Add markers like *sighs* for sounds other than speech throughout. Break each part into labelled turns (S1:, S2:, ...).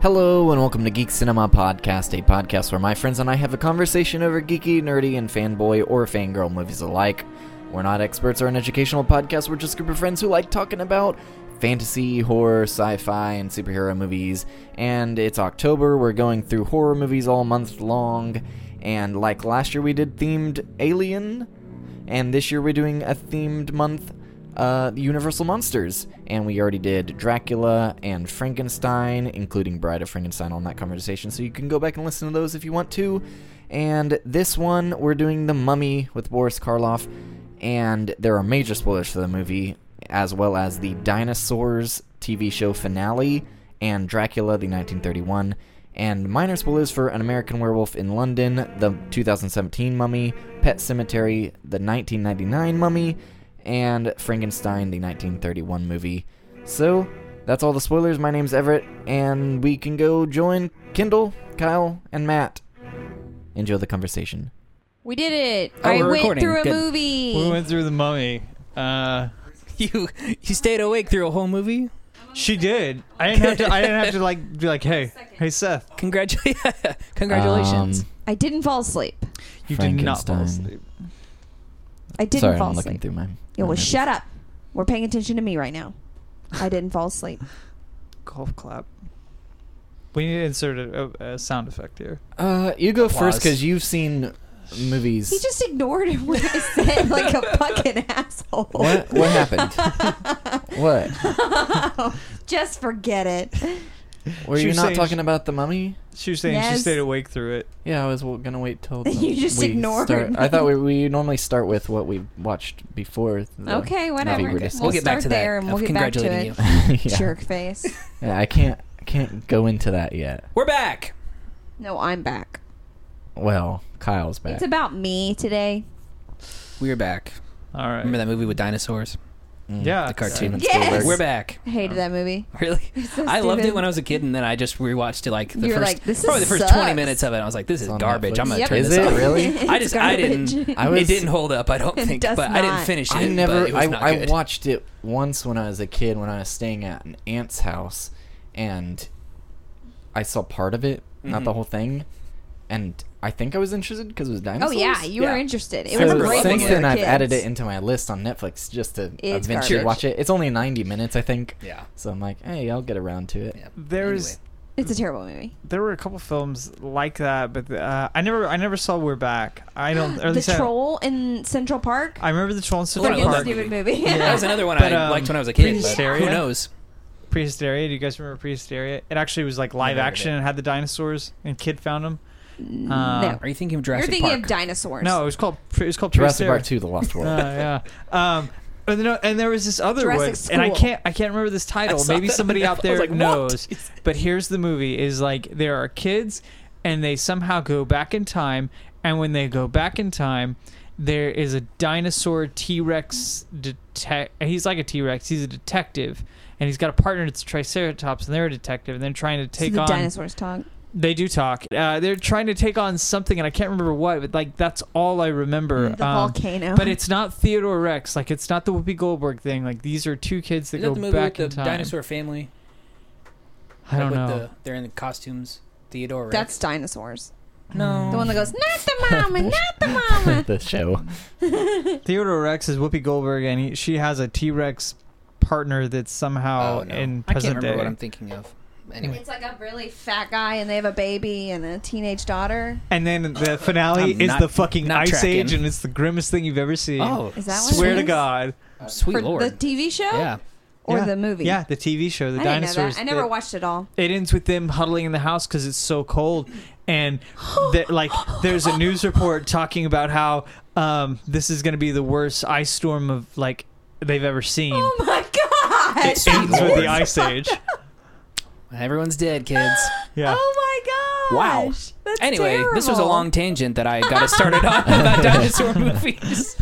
S1: Hello, and welcome to Geek Cinema Podcast, a podcast where my friends and I have a conversation over geeky, nerdy, and fanboy or fangirl movies alike. We're not experts or an educational podcast, we're just a group of friends who like talking about fantasy, horror, sci fi, and superhero movies. And it's October, we're going through horror movies all month long. And like last year, we did themed Alien, and this year we're doing a themed month uh, the Universal Monsters. And we already did Dracula and Frankenstein, including Bride of Frankenstein on that conversation. So you can go back and listen to those if you want to. And this one, we're doing The Mummy with Boris Karloff. And there are major spoilers for the movie, as well as the Dinosaurs TV show finale and Dracula the 1931. And minor spoilers for An American Werewolf in London, the 2017 Mummy, Pet Cemetery, the 1999 Mummy, and Frankenstein, the 1931 movie. So, that's all the spoilers. My name's Everett, and we can go join Kendall, Kyle, and Matt. Enjoy the conversation.
S2: We did it.
S3: Oh,
S2: I
S3: we're
S2: went
S3: recording.
S2: through a
S3: Good.
S2: movie.
S4: We went through the mummy. Uh,
S3: *laughs* You you stayed awake through a whole movie.
S4: she did. I didn't have to. I didn't have to like be like, hey, hey, Seth,
S3: Congratulations! *laughs* Congratulations.
S1: Um,
S2: I didn't fall asleep.
S4: you did not fall
S1: Frankenstein.
S4: asleep.
S2: I didn't
S1: Sorry,
S2: fall
S1: I'm looking
S2: asleep.
S1: through my.
S2: Yo,
S1: my
S2: well,
S1: notes.
S2: shut up. We're paying attention to me right now. I didn't fall asleep.
S4: Golf clap. We need to insert a, a, a sound effect here.
S1: Uh, you go first
S3: Applause.
S1: because you've seen movies.
S2: He just ignored *laughs* what I said like
S3: *laughs*
S2: a fucking asshole.
S1: What? What happened? what?
S2: *laughs* Just forget it.
S1: Were
S4: She
S1: you
S4: was
S1: not
S4: saying
S1: talking
S4: she-
S1: about the mummy?
S4: She was saying she
S2: Yes.
S4: stayed awake through it.
S1: Yeah, I was w- gonna wait
S2: *laughs*
S1: till the-
S2: You just
S1: we
S2: ignored
S1: start-
S2: me.
S1: I thought we, we normally start with what we watched before. the
S2: Okay,
S1: movie
S2: whatever.
S1: we're
S2: We'll
S1: discussing.
S3: We'll get back
S2: start
S3: to that.
S2: there and we'll
S3: of
S2: get back to
S3: congratulating
S2: it.
S1: *laughs*
S3: you. *laughs*
S1: yeah.
S2: Jerk face.
S1: Yeah, I can't I can't go into that yet.
S3: We're back.
S2: No, I'm back.
S1: Well, Kyle's back.
S2: It's about me today.
S3: We're back.
S4: All right.
S3: Remember that movie with dinosaurs?
S1: Mm.
S4: Yeah.
S3: The cartoon.
S1: Steven
S2: Yes!
S1: Spielberg.
S3: We're back.
S2: I hated that movie.
S3: *laughs*
S2: *laughs*
S3: Really?
S2: so
S3: Oh. I loved it
S2: stupid.
S3: when I was a kid, and then I just rewatched it like the
S2: You were
S3: first
S2: like, this
S3: probably
S2: is
S3: the first
S2: sucks.
S3: twenty minutes of it. I was like, this is
S1: It's on
S3: garbage. I'm gonna
S2: Netflix.
S3: turn
S2: Yep.
S1: Is
S3: this
S1: it
S3: off.
S1: really?
S3: *laughs* I just I
S2: garbage.
S3: didn't.
S1: I was-
S3: it didn't hold up. I don't
S2: *laughs* It
S3: think.
S2: does
S3: But I didn't
S2: not.
S3: finish it.
S1: I never
S3: But it was
S1: I,
S3: not
S1: I
S3: good.
S1: watched it once when I was a kid when I was staying at an aunt's house and I saw part of it, not the
S3: Mhm.
S1: whole thing. And I think I was interested because it was
S2: Oh
S1: dinosaurs.
S2: yeah, you were
S3: Yeah.
S2: interested. It
S1: So
S2: was a
S3: remember
S2: great
S1: since
S2: movie
S1: then
S2: for
S1: I've
S2: kids.
S1: added it into my list on Netflix just to
S2: It's
S1: eventually
S3: garbage.
S1: watch it. It's only 90 minutes I think.
S3: Yeah.
S1: So I'm like, "Hey, I'll get around to it."
S3: yeah.
S4: There's
S3: Anyway.
S2: It's a terrible movie.
S4: there were a couple films like that, but uh, I never I never saw We're Back. I don't. Or at
S2: the
S4: least I don't-
S2: troll in Central Park.
S4: I remember the troll in Central
S3: Well, I
S2: Freaking
S3: love
S4: Park.
S3: that
S2: stupid movie.
S3: That was another one
S4: But,
S3: I
S4: um,
S3: liked when I was a kid. but
S4: Prehysteria?
S3: Who knows?
S4: Prehysteria. Do you guys remember Prehysteria? It actually was like
S3: I
S4: live
S3: never
S4: action
S3: did.
S4: and had the dinosaurs and kid found them.
S2: no.
S3: Are you thinking of
S2: You're
S3: Jurassic
S2: thinking
S3: Park?
S2: of dinosaurs.
S4: uh, No, it was called it was called
S1: Jurassic
S4: Prehysteria.
S1: Park 2: The
S3: *laughs*
S1: Lost World. *laughs*
S4: Uh, yeah. Um, but no, and there was this other
S2: Jurassic
S4: one, and I
S2: School.
S4: can't, I can't remember this
S3: I
S4: title.
S3: saw
S4: Maybe
S3: that *laughs*
S4: somebody
S3: on
S4: out
S3: Netflix. I was
S4: there
S3: like, what?
S4: knows. But here's the movie: is like there are kids, and they somehow go back in time, and when they go back in time, there is a dinosaur T Rex detect. He's like a T Rex. He's a detective, and he's got a partner that's a Triceratops, and they're a detective, and they're trying to
S2: So
S4: take
S2: the
S4: on
S2: dinosaurs talk.
S4: they do talk. Uh, they're trying to take on something, and I can't remember what. But like, that's all I remember.
S2: Mm-hmm. The volcano.
S4: um, But it's not Theodore Rex. Like, it's not the Whoopi Goldberg thing. Like, these are two kids that
S3: Is
S4: go
S3: that the movie
S4: back
S3: with
S4: in
S3: the
S4: time.
S3: dinosaur family?
S4: I don't
S3: with
S4: know.
S3: The, they're in the costumes. Theodore. Rex.
S2: *laughs* That's dinosaurs.
S4: Mm.
S3: no.
S4: Um,
S2: The one that goes, not the mama,
S4: *laughs*
S2: not the mama.
S1: the
S3: *laughs*
S1: show.
S4: Theodore Rex is Whoopi Goldberg, and he, she has a T Rex partner that's somehow
S3: Oh, no.
S4: in
S3: I can't
S4: present
S3: remember
S4: day.
S3: what I'm thinking of. Anyway,
S2: It's like a really fat guy, and they have a baby and a teenage daughter.
S4: and then the finale
S3: I'm
S4: is
S3: not-
S4: the fucking
S3: not
S4: Ice
S3: tracking.
S4: Age, and it's the grimmest thing you've ever seen.
S3: oh, uh,
S2: Is that what
S4: swear
S2: it
S4: to
S2: is?
S4: God.
S3: sweet
S2: For
S3: lord,
S2: the TV show
S3: yeah,
S2: or
S4: Yeah.
S2: the movie?
S4: Yeah, the TV show, the
S2: I didn't know
S4: dinosaurs.
S2: that. I never
S4: that-
S2: watched it all. *gasps*
S4: it ends with them huddling in the house because it's so cold and th- like there's a news report talking about how um, this is going to be the worst ice storm of like they've ever seen
S2: *gasps* Oh my god!
S4: it ends with the ice age
S3: everyone's dead, kids.
S2: *gasps*
S4: yeah
S2: Oh my
S3: Wow.
S2: gosh! That's
S3: anyway, this was a
S2: terrible.
S3: long tangent that I got us started on
S4: *laughs*
S3: about dinosaur movies.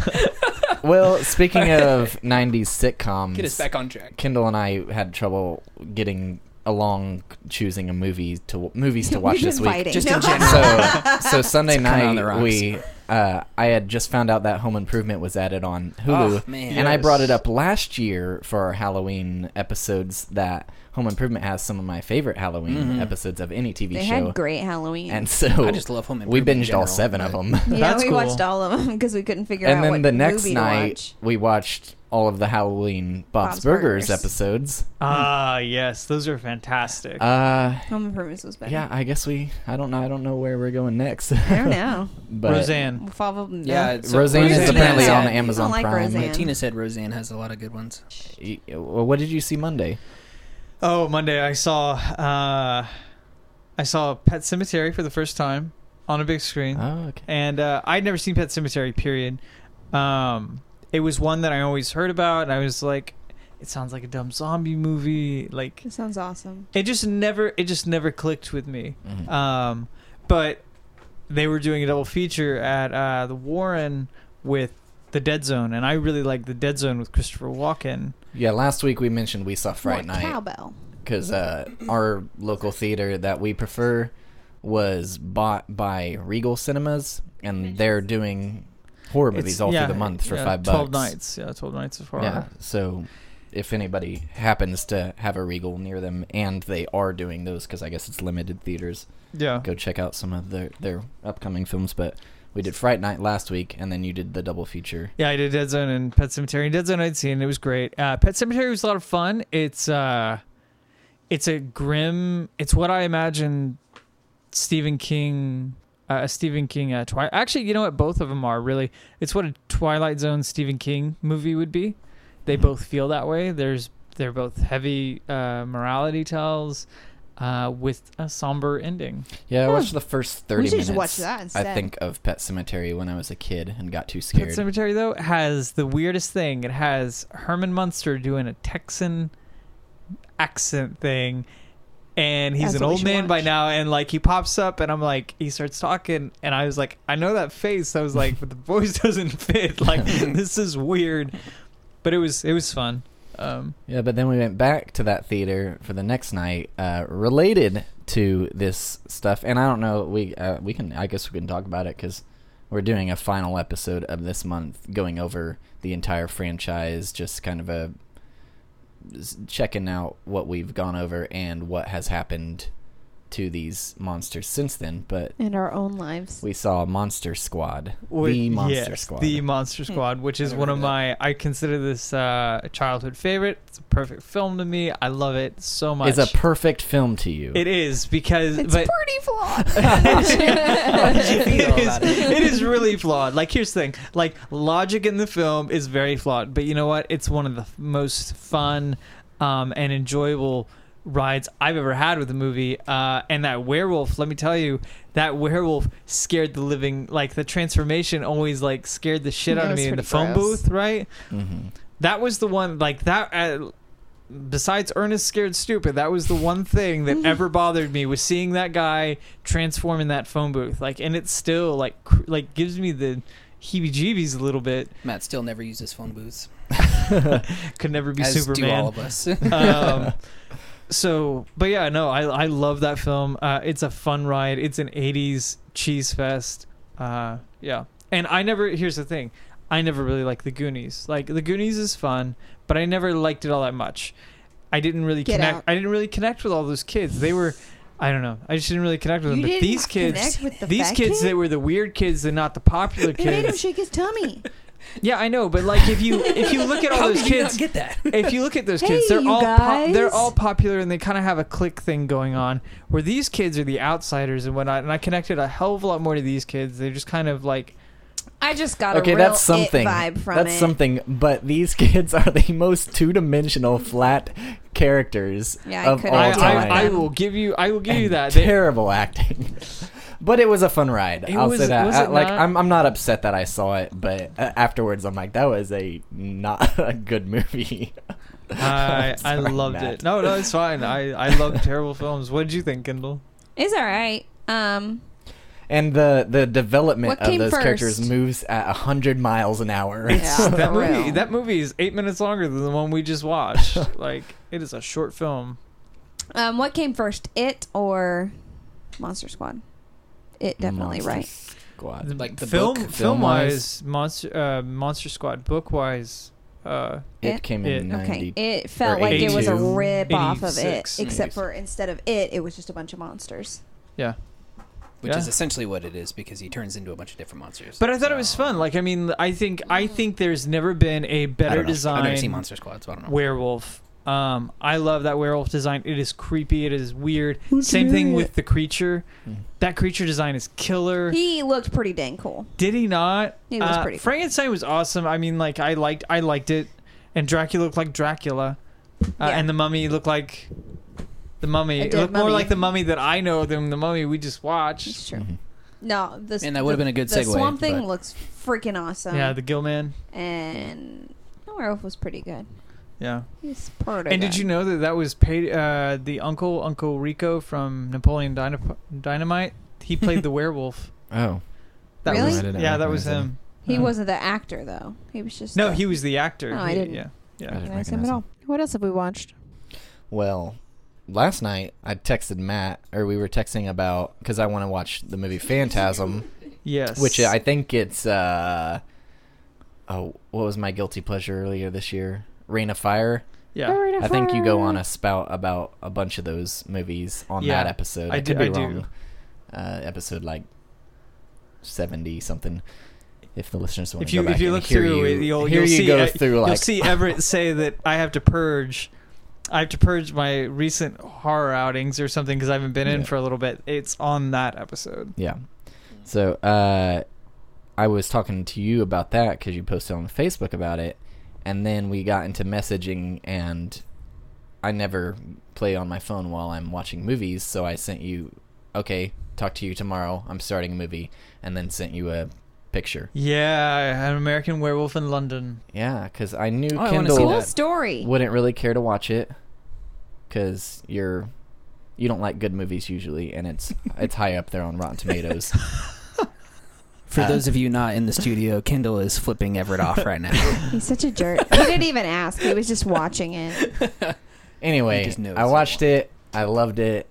S1: Well, speaking of 90s sitcoms,
S3: Get us back on track.
S1: Kendall and I had trouble getting along choosing a movie to movies to watch
S2: *laughs* We've
S1: this
S2: been
S1: week.
S2: fighting.
S3: Just
S2: *laughs*
S3: in general.
S1: So, so Sunday
S3: It's kinda on the
S1: night
S3: rocks.
S1: we uh, I had just found out that Home Improvement was added on Hulu,
S3: Oh, man.
S1: and I
S4: Yes.
S1: brought it up last year for our Halloween episodes that Home Improvement has some of my favorite Halloween
S3: Mhm.
S1: episodes of any TV
S2: They
S1: show.
S2: had great Halloween.
S1: and so
S3: I just love Home
S1: we
S3: Improvement in
S1: binged all
S3: general,
S1: seven of
S3: but-
S1: them.
S2: *laughs* yeah,
S4: That's
S2: we
S4: cool.
S2: watched all of them because we couldn't figure
S1: and
S2: out
S1: then
S2: what
S1: the next
S2: movie to
S1: night
S2: watch.
S1: we watched all of the Halloween Bob's,
S2: Bob's
S1: Burgers,
S2: Burgers.
S1: episodes.
S4: Ah, yes, those are fantastic.
S1: Uh,
S2: Home Improvement was better.
S1: yeah, I guess we. I don't know. I don't know where we're going next.
S2: I don't know.
S1: *laughs* but
S4: Roseanne.
S2: We'll follow them.
S3: Yeah,
S2: down.
S3: so
S1: Roseanne
S4: Roseanne
S1: is apparently
S4: is-
S1: on
S2: I don't
S1: Amazon
S2: like
S1: Prime.
S2: Roseanne.
S3: Tina said Roseanne has a lot of good ones.
S1: Y- y- What did you see Monday?
S4: Oh, Monday I saw uh, I saw Pet Cemetery for the first time on a big screen,
S1: Oh, okay.
S4: and uh, I'd never seen Pet Cemetery. Period. Um, it was one that I always heard about, and I was like, it sounds like a dumb zombie movie. Like
S2: That sounds awesome.
S4: it just never it just never clicked with me.
S1: Mhm.
S4: Um, but they were doing a double feature at uh, the Warren with the Dead Zone, and I really liked the Dead Zone with Christopher Walken.
S1: Yeah, last week we mentioned we saw Fright
S2: Want
S1: Night
S2: Cowbell.
S1: because uh, our local theater that we prefer was bought by Regal Cinemas, and they're doing horror movies
S4: It's-
S1: all
S4: yeah,
S1: through the month for
S4: yeah,
S1: five bucks.
S4: Twelve nights, yeah, twelve nights of horror.
S1: Yeah. So if anybody happens to have a Regal near them, and they are doing those because I guess it's limited theaters,
S4: Yeah.
S1: go check out some of their their upcoming films. But we did Fright Night last week, and then you did the double feature.
S4: Yeah, I did Dead Zone and Pet Cemetery. Dead Zone I'd seen. It was great. Uh, Pet Cemetery was a lot of fun. It's uh, it's a grim. It's what I imagine Stephen King, uh, a Stephen King uh, Twilight. Actually, you know what? Both of them are really. It's what a Twilight Zone Stephen King movie would be. They
S1: Mhm.
S4: both feel that way. There's they're both heavy uh, morality tells uh, with a somber ending.
S1: Yeah, I
S2: Huh.
S1: watched the first thirty
S2: We should
S1: minutes.
S2: just watch that instead.
S1: I think of Pet Cemetery when I was a kid and got too
S4: Pet
S1: scared.
S4: Cemetery though has the weirdest thing. It has Herman Munster doing a Texan accent thing, and he's
S2: That's
S4: an
S2: what we
S4: old
S2: should
S4: man by
S2: watch.
S4: now. And like he pops up, and I'm like, he starts talking, and I was like, I know that face. I was like,
S1: *laughs*
S4: but the voice doesn't fit. *laughs* Like this is weird, but it was it was fun. Um,
S1: yeah, but then we went back to that theater for the next night, uh, related to this stuff. And I don't know, we uh, we can I guess we can talk about it because we're doing a final episode of this month, going over the entire franchise, just kind of a s- checking out what we've gone over and what has happened to these monsters since then. But
S2: In our own lives.
S1: we saw Monster Squad,
S4: with-
S1: the Monster
S4: yes,
S1: Squad.
S4: the Monster Squad, which is
S3: I've
S4: one of
S3: heard of
S4: my I consider this uh, a childhood favorite. It's a perfect film to me. I love it so much.
S1: is a perfect film to you.
S4: It is because
S2: it's
S4: but
S2: pretty flawed. *laughs*
S4: *laughs*
S3: How did you feel
S4: it, is,
S3: about it?
S4: it is really flawed. Like here's the thing, like logic in the film is very flawed, but you know what? It's one of the f- most fun um, and enjoyable rides I've ever had with a movie. Uh, and that werewolf, let me tell you, that werewolf scared the living like the transformation always like scared the shit
S2: That
S4: out
S2: was
S4: of me in the
S2: pretty
S4: phone
S2: gross.
S4: booth, right?
S1: hmm
S4: That was the one like that. Uh, besides Ernest scared stupid, that was the one
S3: *laughs*
S4: thing that ever bothered me was seeing that guy transform in that phone booth. Like, and it still like cr- like gives me the heebie-jeebies a little bit.
S3: Matt still never uses phone booths.
S4: Could never be
S3: As do all
S4: Superman.
S3: of us.
S4: um, so, but yeah, no, I I love that film. Uh, it's a fun ride. It's an '80s cheese fest. Uh, yeah, and I never. Here's the thing, I never really liked the Goonies. Like the Goonies is fun, but I never liked it all that much. I didn't really
S2: Get
S4: connect.
S2: out.
S4: I didn't really connect with all those kids. They were, I don't know. I just didn't really connect with
S2: You
S4: them. But
S2: didn't
S4: these kids,
S2: connect with the
S4: these
S2: fat
S4: kids
S2: kid?
S4: that were the weird kids and not the
S2: *laughs*
S4: popular
S2: They made him
S4: kids.
S2: shake his tummy.
S4: Yeah, I know. But like, if you if you look at all
S3: How
S4: those
S3: did you
S4: kids,
S3: not get that?
S4: if you look at those kids,
S2: Hey,
S4: they're
S2: you
S4: all pop,
S2: guys.
S4: they're all popular and they kind of have a clique thing going on. Where these kids are the outsiders and whatnot, and I connected a hell of a lot more to these kids. They're just kind of like
S2: I just got
S1: okay,
S2: a real
S1: that's something.
S2: it vibe from
S1: that's
S2: it.
S1: something. But these *laughs* kids are the most two-dimensional, flat characters
S2: Yeah, I
S1: of all
S2: couldn't
S4: I,
S2: deal
S4: I,
S1: time.
S4: I will give you, I will give you
S1: And
S4: that. They-
S1: *laughs* terrible acting. *laughs* But it was a fun ride.
S4: It
S1: I'll
S4: was-
S1: say that.
S4: was
S1: I-
S4: it
S1: like
S4: not?
S1: I'm, I'm not upset that I saw it, but uh, afterwards I'm like, that was a not *laughs* a good movie.
S4: I, I
S1: Sorry,
S4: loved
S1: Matt.
S4: it. No, no, it's fine. I, I love terrible films. What did you think, Kendall?
S2: It's all right. Um,
S1: And the the development
S2: What
S1: of
S2: came
S1: those characters
S2: first?
S1: moves at hundred miles an *laughs* hour.
S2: yeah, *laughs*
S4: that
S2: for
S4: movie,
S2: real.
S4: that movie is eight minutes longer than the one we just
S2: *laughs*
S4: watched. like it is a short film.
S2: um, what came first, it or Monster Squad? It definitely
S1: Monster
S2: right.
S1: Squad.
S3: Like the
S4: film,
S3: book,
S4: film
S1: film-wise?
S4: wise, monster, uh, Monster Squad. Book wise, uh,
S1: It came in
S4: It-
S2: Okay.
S1: 90.
S2: It felt
S1: or
S2: like it was a
S1: 82.
S2: rip off of it,
S4: 86.
S2: except for instead of it, it was just a bunch of monsters.
S4: yeah.
S3: which
S4: Yeah.
S3: is essentially what it is because he turns into a bunch of different monsters.
S4: But I thought it was fun. Like, I mean, I think I think there's never been a
S3: Mm. I
S4: better
S3: don't know. I've never seen
S4: design
S3: Monster Squad, so I don't know.
S4: werewolf. Um, I love that werewolf design. It is creepy. It is weird.
S2: Look
S4: Same thing
S2: at
S4: with the creature.
S1: Mm.
S4: That creature design is killer.
S2: He looked pretty dang cool.
S4: Did he not? Uh,
S2: He was pretty cool.
S4: Frankenstein was awesome. I mean, like I liked I liked it, and Dracula looked like Dracula, uh,
S2: Yeah.
S4: and the Mummy looked like the Mummy.
S2: A
S4: It
S2: dead
S4: looked more
S2: mummy.
S4: like the Mummy that I know than the Mummy we just watched.
S2: It's true.
S1: Mm-hmm.
S2: No, this
S3: Man, that would've been a good
S2: the
S3: segue,
S2: Swamp Thing
S3: but-
S2: looks freaking awesome.
S4: Yeah, the Gill Man.
S2: and the werewolf was pretty good.
S4: Yeah.
S2: He's part of
S4: And did you know that that was paid? Uh, the uncle, Uncle Rico from Napoleon Dynap- Dynamite,
S2: *laughs*
S4: he played the werewolf.
S1: Oh.
S4: That
S2: Really?
S1: I
S4: Was,
S1: didn't
S4: yeah, that was
S1: recognize
S4: him.
S2: He
S4: Uh,
S2: wasn't the actor though. He was just
S4: No,
S2: the-
S4: he was the actor.
S2: No, I
S4: He-
S2: didn't.
S4: Yeah,
S1: Got
S4: yeah.
S1: it.
S2: didn't recognize him at all. What else have we watched?
S1: Well, last night I texted Matt, or we were texting about, because I want to watch the movie Phantasm,
S4: Yes.
S1: which I think it's, uh, oh, what was my guilty pleasure earlier this year? Rain of Fire.
S4: Yeah.
S1: I think you go on a spout about a bunch of those movies on
S4: Yeah,
S1: that episode.
S4: I
S1: I
S4: do-
S1: could be
S4: I do.
S1: wrong. Uh, episode like seventy something. If the listeners want
S4: If
S1: to go
S4: you
S1: back
S4: if you
S1: and
S4: look
S1: hear
S4: through,
S1: you,
S4: it, you'll,
S1: hear
S4: you'll
S1: you
S4: see,
S1: go
S4: uh,
S1: through like
S4: you'll
S1: *laughs*
S4: see Everett say that I have to purge. I have to purge my recent horror outings or something because I haven't been in
S1: Yeah.
S4: for a little bit. It's on that episode.
S1: Yeah. So uh, I was talking to you about that because you posted on Facebook about it, and then we got into messaging, and I never play on my phone while I'm watching movies, so I sent you, okay, talk to you tomorrow. I'm starting a movie, and then sent you a picture.
S4: Yeah, an American Werewolf in London.
S1: Yeah, because I knew
S3: Oh, I wanna see
S1: Kendall
S2: Cool
S3: that.
S2: story.
S1: wouldn't really care to watch it because you're you don't like good movies usually, and it's it's high up there on Rotten Tomatoes.
S3: For
S1: Uh,
S3: those of you not in the studio, Kendall is flipping Everett off right now.
S2: He's such a
S4: *laughs*
S2: jerk. he didn't even ask. He was just watching it.
S1: Anyway,
S3: You just knew it
S1: I
S3: was
S1: watched
S3: the
S1: it. I loved it.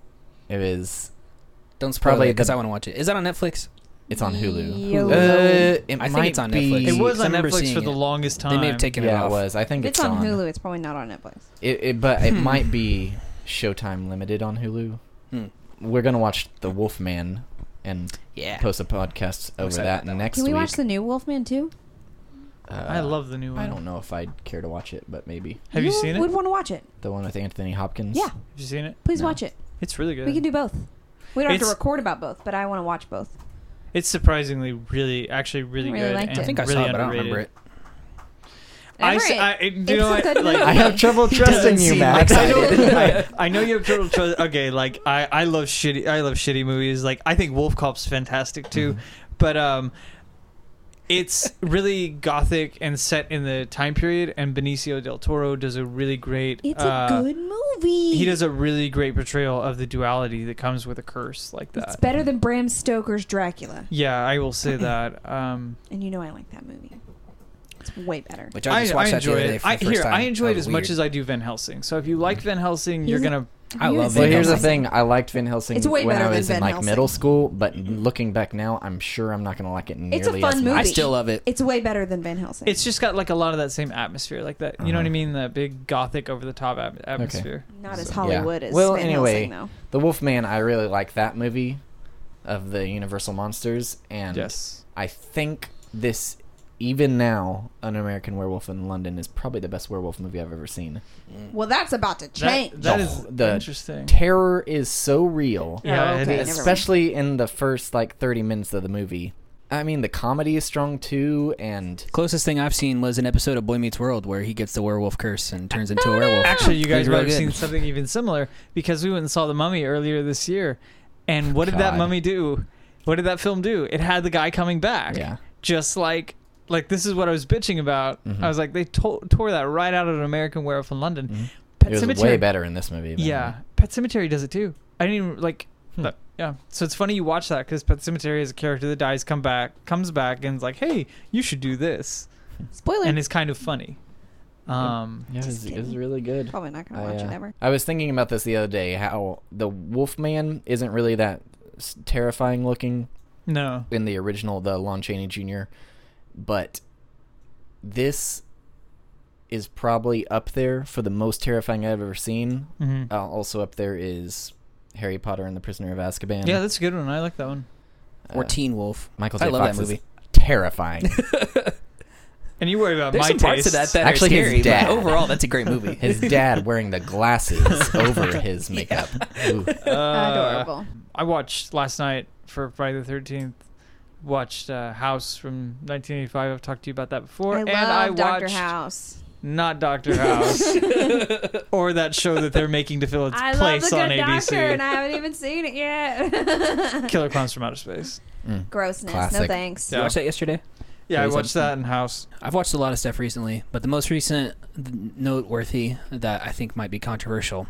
S1: It was.
S3: *laughs* Don't spoil it
S1: Probably
S3: 'cause because
S1: the-
S3: I want to watch it. Is that on Netflix?
S1: It's on Hulu.
S2: Yo.
S3: Hulu.
S1: Uh, it
S3: I think
S1: might
S3: it's on
S1: be-
S3: Netflix.
S4: It was
S3: I
S4: on
S3: remember
S4: Netflix
S3: seeing
S4: for the
S3: it.
S4: longest time.
S3: They may have taken it
S1: Yeah, it
S3: off.
S1: was. I think
S2: If
S1: it's,
S2: it's on Hulu. It's probably not on Netflix.
S1: It, it, but it
S4: Hmm.
S1: might be Showtime limited on Hulu.
S3: Hmm.
S1: We're gonna watch The Wolfman and
S3: Yeah.
S1: post a podcast
S3: I'm
S1: over
S3: excited
S1: that,
S3: about that one.
S1: next
S2: Can we
S1: week.
S2: watch the new Wolfman too?
S1: Uh,
S4: I love the new one.
S1: I don't know if I'd care to watch it, but maybe
S4: Have you, seen it?
S2: Would
S4: Have
S2: want to watch it.
S1: the one with Anthony Hopkins.
S2: Yeah.
S4: you seen it?
S2: Please
S1: No.
S2: watch it.
S4: It's really good.
S2: We can do both. We don't have to
S4: It's-
S2: record about both, but I want to watch both.
S4: It's surprisingly really, actually really,
S2: Really
S4: good.
S2: liked
S4: and
S2: it.
S3: I think I
S4: really
S3: saw it, but I don't
S4: underrated.
S3: remember it.
S4: I, s-
S2: Everett,
S4: I- it- you
S2: it's
S4: know
S2: a
S4: what,
S2: good
S4: like,
S2: movie.
S1: I have
S3: *laughs*
S1: trouble
S3: He doesn't
S1: trusting you,
S3: seem
S1: Max.
S3: *laughs*
S4: I, don't,
S3: excited.
S4: I, I know you have total trust. Okay, like I, I love shitty. I love shitty movies. Like I think Wolf Cop's fantastic too,
S3: Mm-hmm.
S4: but um, it's really gothic and set in the time period. And Benicio del Toro does a really great.
S2: It's
S4: uh,
S2: a good movie.
S4: He does a really great portrayal of the duality that comes with a curse like
S2: It's
S4: that.
S2: better than Bram Stoker's Dracula,
S4: Yeah, I will say that. Um,
S2: and you know I like that movie. It's way better.
S3: Which I just watched that the
S4: enjoy
S3: other
S4: it.
S3: day for
S4: I,
S3: the first
S4: here,
S3: time.
S4: I enjoy
S3: That
S4: it
S3: was
S4: as
S3: weird. Mm.
S4: much as I do Van Helsing. So if you like Van Helsing, you're
S2: He's a-
S4: gonna.
S3: I love
S1: Well,
S3: Van
S1: here's the
S3: Helsing.
S1: thing. I liked Van Helsing
S2: It's way
S1: when I
S2: better than
S1: was in
S2: Van
S1: like
S2: Helsing.
S1: middle school, but looking back now, I'm sure I'm not gonna like it nearly
S2: It's a
S1: as
S2: fun
S1: much.
S2: movie.
S3: I still love it.
S2: It's way better than Van Helsing.
S4: It's just got like a lot of that same atmosphere, like that. You know what I
S1: Uh-huh.
S4: mean? The big gothic over the top at- atmosphere.
S2: not as
S1: So-
S2: Hollywood
S1: yeah.
S2: as
S1: Well,
S2: Van
S1: anyway,
S2: Helsing, though.
S1: The Wolfman. I really like that movie of the Universal monsters, and
S4: Yes.
S1: I think this even now, An American Werewolf in London is probably the best werewolf movie I've ever seen.
S2: Well, that's about to change.
S4: That, that
S1: The
S4: is
S1: wh- the
S4: interesting.
S1: Terror is so real.
S4: yeah,
S2: Oh, okay,
S4: it is.
S2: never mind.
S1: especially in the first like 30 minutes of the movie. I mean, the comedy is strong too, and
S3: Closest thing I've seen was an episode of Boy Meets World where he gets the werewolf curse and turns into a werewolf.
S4: Actually, you
S3: It
S4: guys
S3: was real
S4: might have
S3: good.
S4: seen something even similar because we went and saw The Mummy earlier this year. And what did that
S1: God.
S4: mummy do? What did that film do? It had the guy coming back.
S1: yeah,
S4: Just like. Like this is what I was bitching about.
S3: Mm-hmm.
S1: Mhm.
S4: I was like, they to- tore that right out of an American Werewolf in London.
S1: Mhm.
S4: Pet
S1: it was
S4: Cemetery
S1: way better in this movie. than-
S4: Yeah, Pet Cemetery does it too. I didn't even like.
S1: Hmm.
S4: but- yeah, so it's funny you watch that because Pet Cemetery is a character that dies, come back, comes back, and is like, "Hey, you should do this,"
S2: Spoiler.
S4: and it's kind of funny. Um,
S1: yeah, it
S2: Just
S1: was, it
S2: kidding.
S1: was really good.
S2: Probably not gonna
S1: I,
S4: Oh,
S2: watch
S1: uh,
S2: it ever.
S1: I was thinking about this the other day. How the Wolfman isn't really that s- terrifying looking
S4: no,
S1: in the original, the Lon Chaney Jr., but this is probably up there for the most terrifying I've ever seen.
S3: Mm-hmm.
S4: hmm
S1: Uh, also up there is Harry Potter and the Prisoner of Azkaban.
S4: Yeah, that's a good one. I like that one.
S1: Uh,
S3: or Teen Wolf.
S1: Michael J.
S3: I love that
S1: Fox is
S3: movie. *laughs*
S1: terrifying.
S4: And you worry about
S3: There's
S4: my
S3: some parts of that
S4: tastes.
S3: that
S1: Actually,
S3: are
S1: his
S3: scary,
S1: dad.
S3: but overall, that's a great movie.
S1: his
S3: *laughs*
S1: dad wearing the glasses over his makeup. Ooh.
S4: *laughs* Uh,
S2: Adorable.
S4: I watched last night for Friday the Thirteenth. Watched uh, House from 1985. I've talked to you about that before,
S2: I
S4: and
S2: love
S4: I
S2: Doctor
S4: watched
S2: House.
S4: not Doctor
S3: *laughs*
S4: House or that show that they're making to fill its
S2: I love the
S4: place
S2: good
S4: on
S2: doctor, and
S4: ABC.
S2: I haven't even seen it yet. *laughs*
S4: Killer Clowns from Outer Space.
S1: Mm.
S2: Grossness. No
S1: Classic.
S2: thanks.
S3: Did you watch that yesterday?
S4: Yeah, I
S3: Please,
S4: watched that in House.
S3: I've watched a lot of stuff recently, but the most recent noteworthy that I think might be controversial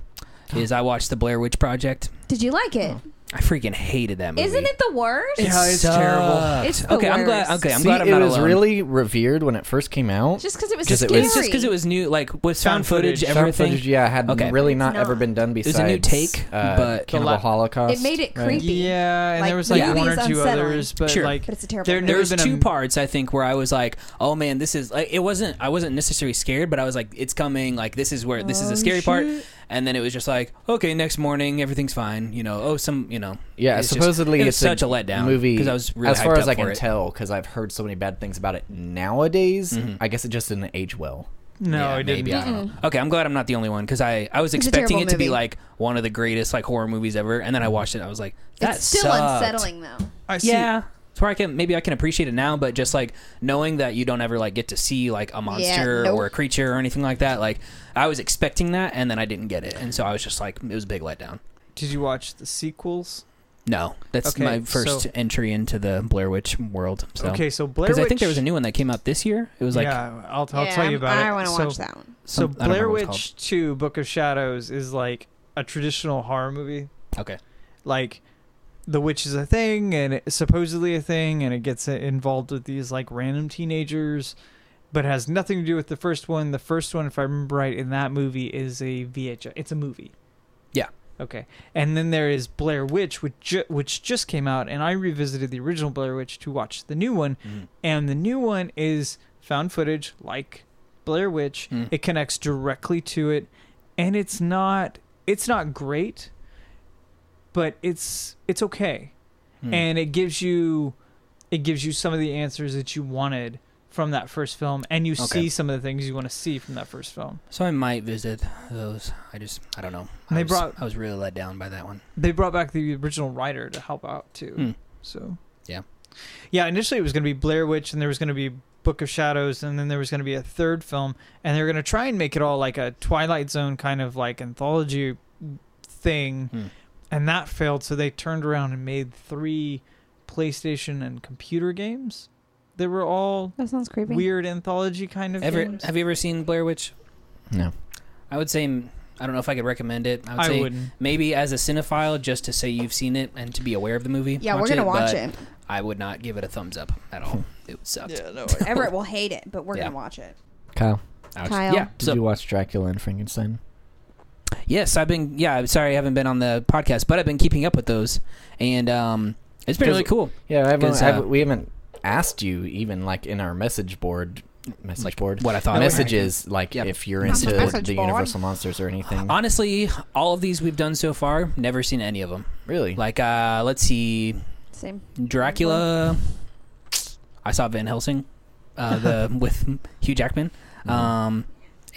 S3: is I watched the Blair Witch Project.
S2: Did you like it?
S3: I freaking hated that movie.
S2: Isn't it the worst?
S3: It
S4: Yeah, Oh, it's terrible.
S3: sucked.
S2: It's the
S3: okay, I'm glad.
S2: worst.
S3: Okay, I'm
S1: See,
S3: glad I'm
S1: it
S3: not
S1: was
S3: alone.
S1: really revered when it first came out.
S2: Just because it was
S1: Just
S2: scary.
S1: it
S3: It's just because it was new, like with found,
S4: Found
S3: footage,
S4: footage.
S1: Found
S3: everything.
S1: footage, yeah, had
S3: Okay.
S1: really not,
S2: It's
S1: ever
S2: not.
S1: been done
S3: was
S1: besides
S3: a new take,
S1: uh,
S3: but-
S1: Cannibal
S4: The la-
S1: Holocaust.
S2: It made it
S1: right?
S2: creepy.
S4: Yeah, and
S2: Like,
S4: there was like
S2: movies
S4: one or
S2: on
S4: two
S2: set on-
S4: others, but
S3: Sure.
S4: like
S2: But it's a terrible
S4: there,
S2: movie.
S4: there
S3: There's
S4: have been a
S3: two
S4: m-
S3: parts I think where I was like, "Oh man, this is." Like, it wasn't. I wasn't necessarily scared, but I was like, "It's coming." Like this is where this is
S2: Oh,
S3: a scary part.
S2: shit.
S3: And then it was just like, "Okay, next morning, everything's fine." You know. Oh, some. You know.
S1: Yeah,
S3: It's just-
S1: supposedly
S3: it was
S1: it's
S3: such a
S1: a,
S3: letdown
S1: movie.
S3: 'cause I was really
S1: as far
S3: hyped
S1: as
S3: up
S1: I
S3: for
S1: can
S3: it.
S1: tell, because I've heard so many bad things about it nowadays.
S3: Mm-hmm.
S1: I guess it just didn't age well.
S4: No,
S3: Yeah,
S4: I didn't.
S3: maybe, I don't know. Okay, I'm glad I'm not the only one because I, I was
S2: It's a
S3: expecting
S2: terrible
S3: it to be
S2: movie.
S3: like one of the greatest like horror movies ever, and then I watched it. and I was like, that's
S2: it's still unsettling though.
S4: I see.
S3: Yeah, it's where I can maybe I can appreciate it now, but just like knowing that you don't ever like get to see like a monster
S2: nope.
S3: or a creature or anything like that. Like I was expecting that, and then I didn't get it, and so I was just like, it was a big letdown.
S4: Did you watch the sequels?
S3: No, that's
S4: Okay,
S3: my first
S4: so-
S3: entry into the Blair Witch world. So.
S4: Okay, so Blair
S3: Because
S4: Witch.
S3: I think there was a new one that came out this year. It was like
S4: yeah, I'll, I'll
S2: Yeah,
S4: tell you about
S2: I
S4: it.
S2: I want to
S4: so,
S2: watch that one.
S4: So
S3: Some- I don't
S4: Blair
S3: remember what it's
S4: Witch Two: Book of Shadows is like a traditional horror movie.
S3: okay,
S4: Like the witch is a thing, and it's supposedly a thing, and it gets uh, involved with these like random teenagers, but has nothing to do with the first one. The first one, if I remember right, in that movie is a VHS. It's a movie.
S3: Yeah.
S4: Okay. And then there is Blair Witch, which ju- which just came out, and I revisited the original Blair Witch to watch the new one,
S3: Mhm.
S4: and the new one is found footage like Blair Witch.
S3: Mm.
S4: It connects directly to it, and it's not it's not great, but it's it's okay,
S3: Hmm.
S4: and it gives you it gives you some of the answers that you wanted from that first film, and you
S3: Okay.
S4: see some of the things you want to see from that first film.
S3: so I might visit those. I just I don't know. I
S4: They
S3: was,
S4: brought-
S3: I was really let down by that one.
S4: They brought back the original writer to help out too,
S3: Hmm.
S4: so
S3: Yeah.
S4: yeah. Initially, it was going to be Blair Witch, and there was going to be Book of Shadows, and then there was going to be a third film, and they were going to try and make it all like a Twilight Zone kind of like anthology thing.
S3: Hmm.
S4: and that failed so they turned around and made three playstation and computer games they were all
S2: That sounds creepy.
S4: weird anthology kind of
S3: Ever
S4: games.
S3: have you ever seen Blair Witch?
S1: No,
S3: I would say I don't know if I could recommend it. I would
S4: i
S3: say
S4: wouldn't
S3: maybe as a cinephile just to say you've seen it and to be aware of the movie.
S2: Yeah, we're gonna watch
S3: but
S2: it.
S3: I would not give it a thumbs up at all. It sucked.
S4: no
S2: Everett will hate it, but we're
S3: Yeah.
S2: gonna watch it.
S1: Kyle,
S3: Ouch.
S2: Kyle.
S3: Yeah.
S1: did
S3: So
S1: you watch Dracula and Frankenstein?
S3: yes, I've been. Yeah, I'm sorry I haven't been on the podcast, but I've been keeping up with those, and um, it's been really cool.
S1: Yeah, I haven't,
S3: 'Cause, uh,
S1: I haven't- we haven't asked you even like in our message board, message
S3: Like,
S1: board,
S3: what I thought.
S1: messages like
S3: Yep.
S1: if you're
S2: Message
S1: into
S2: board.
S1: the Universal monsters or
S3: Uh,
S1: anything.
S3: Honestly, all of these we've done so far, never seen any of them.
S1: really,
S3: Like, uh, let's see,
S2: Same.
S3: Dracula. I saw Van Helsing, uh, the with Hugh Jackman,
S1: Mm-hmm. Mm.
S3: um,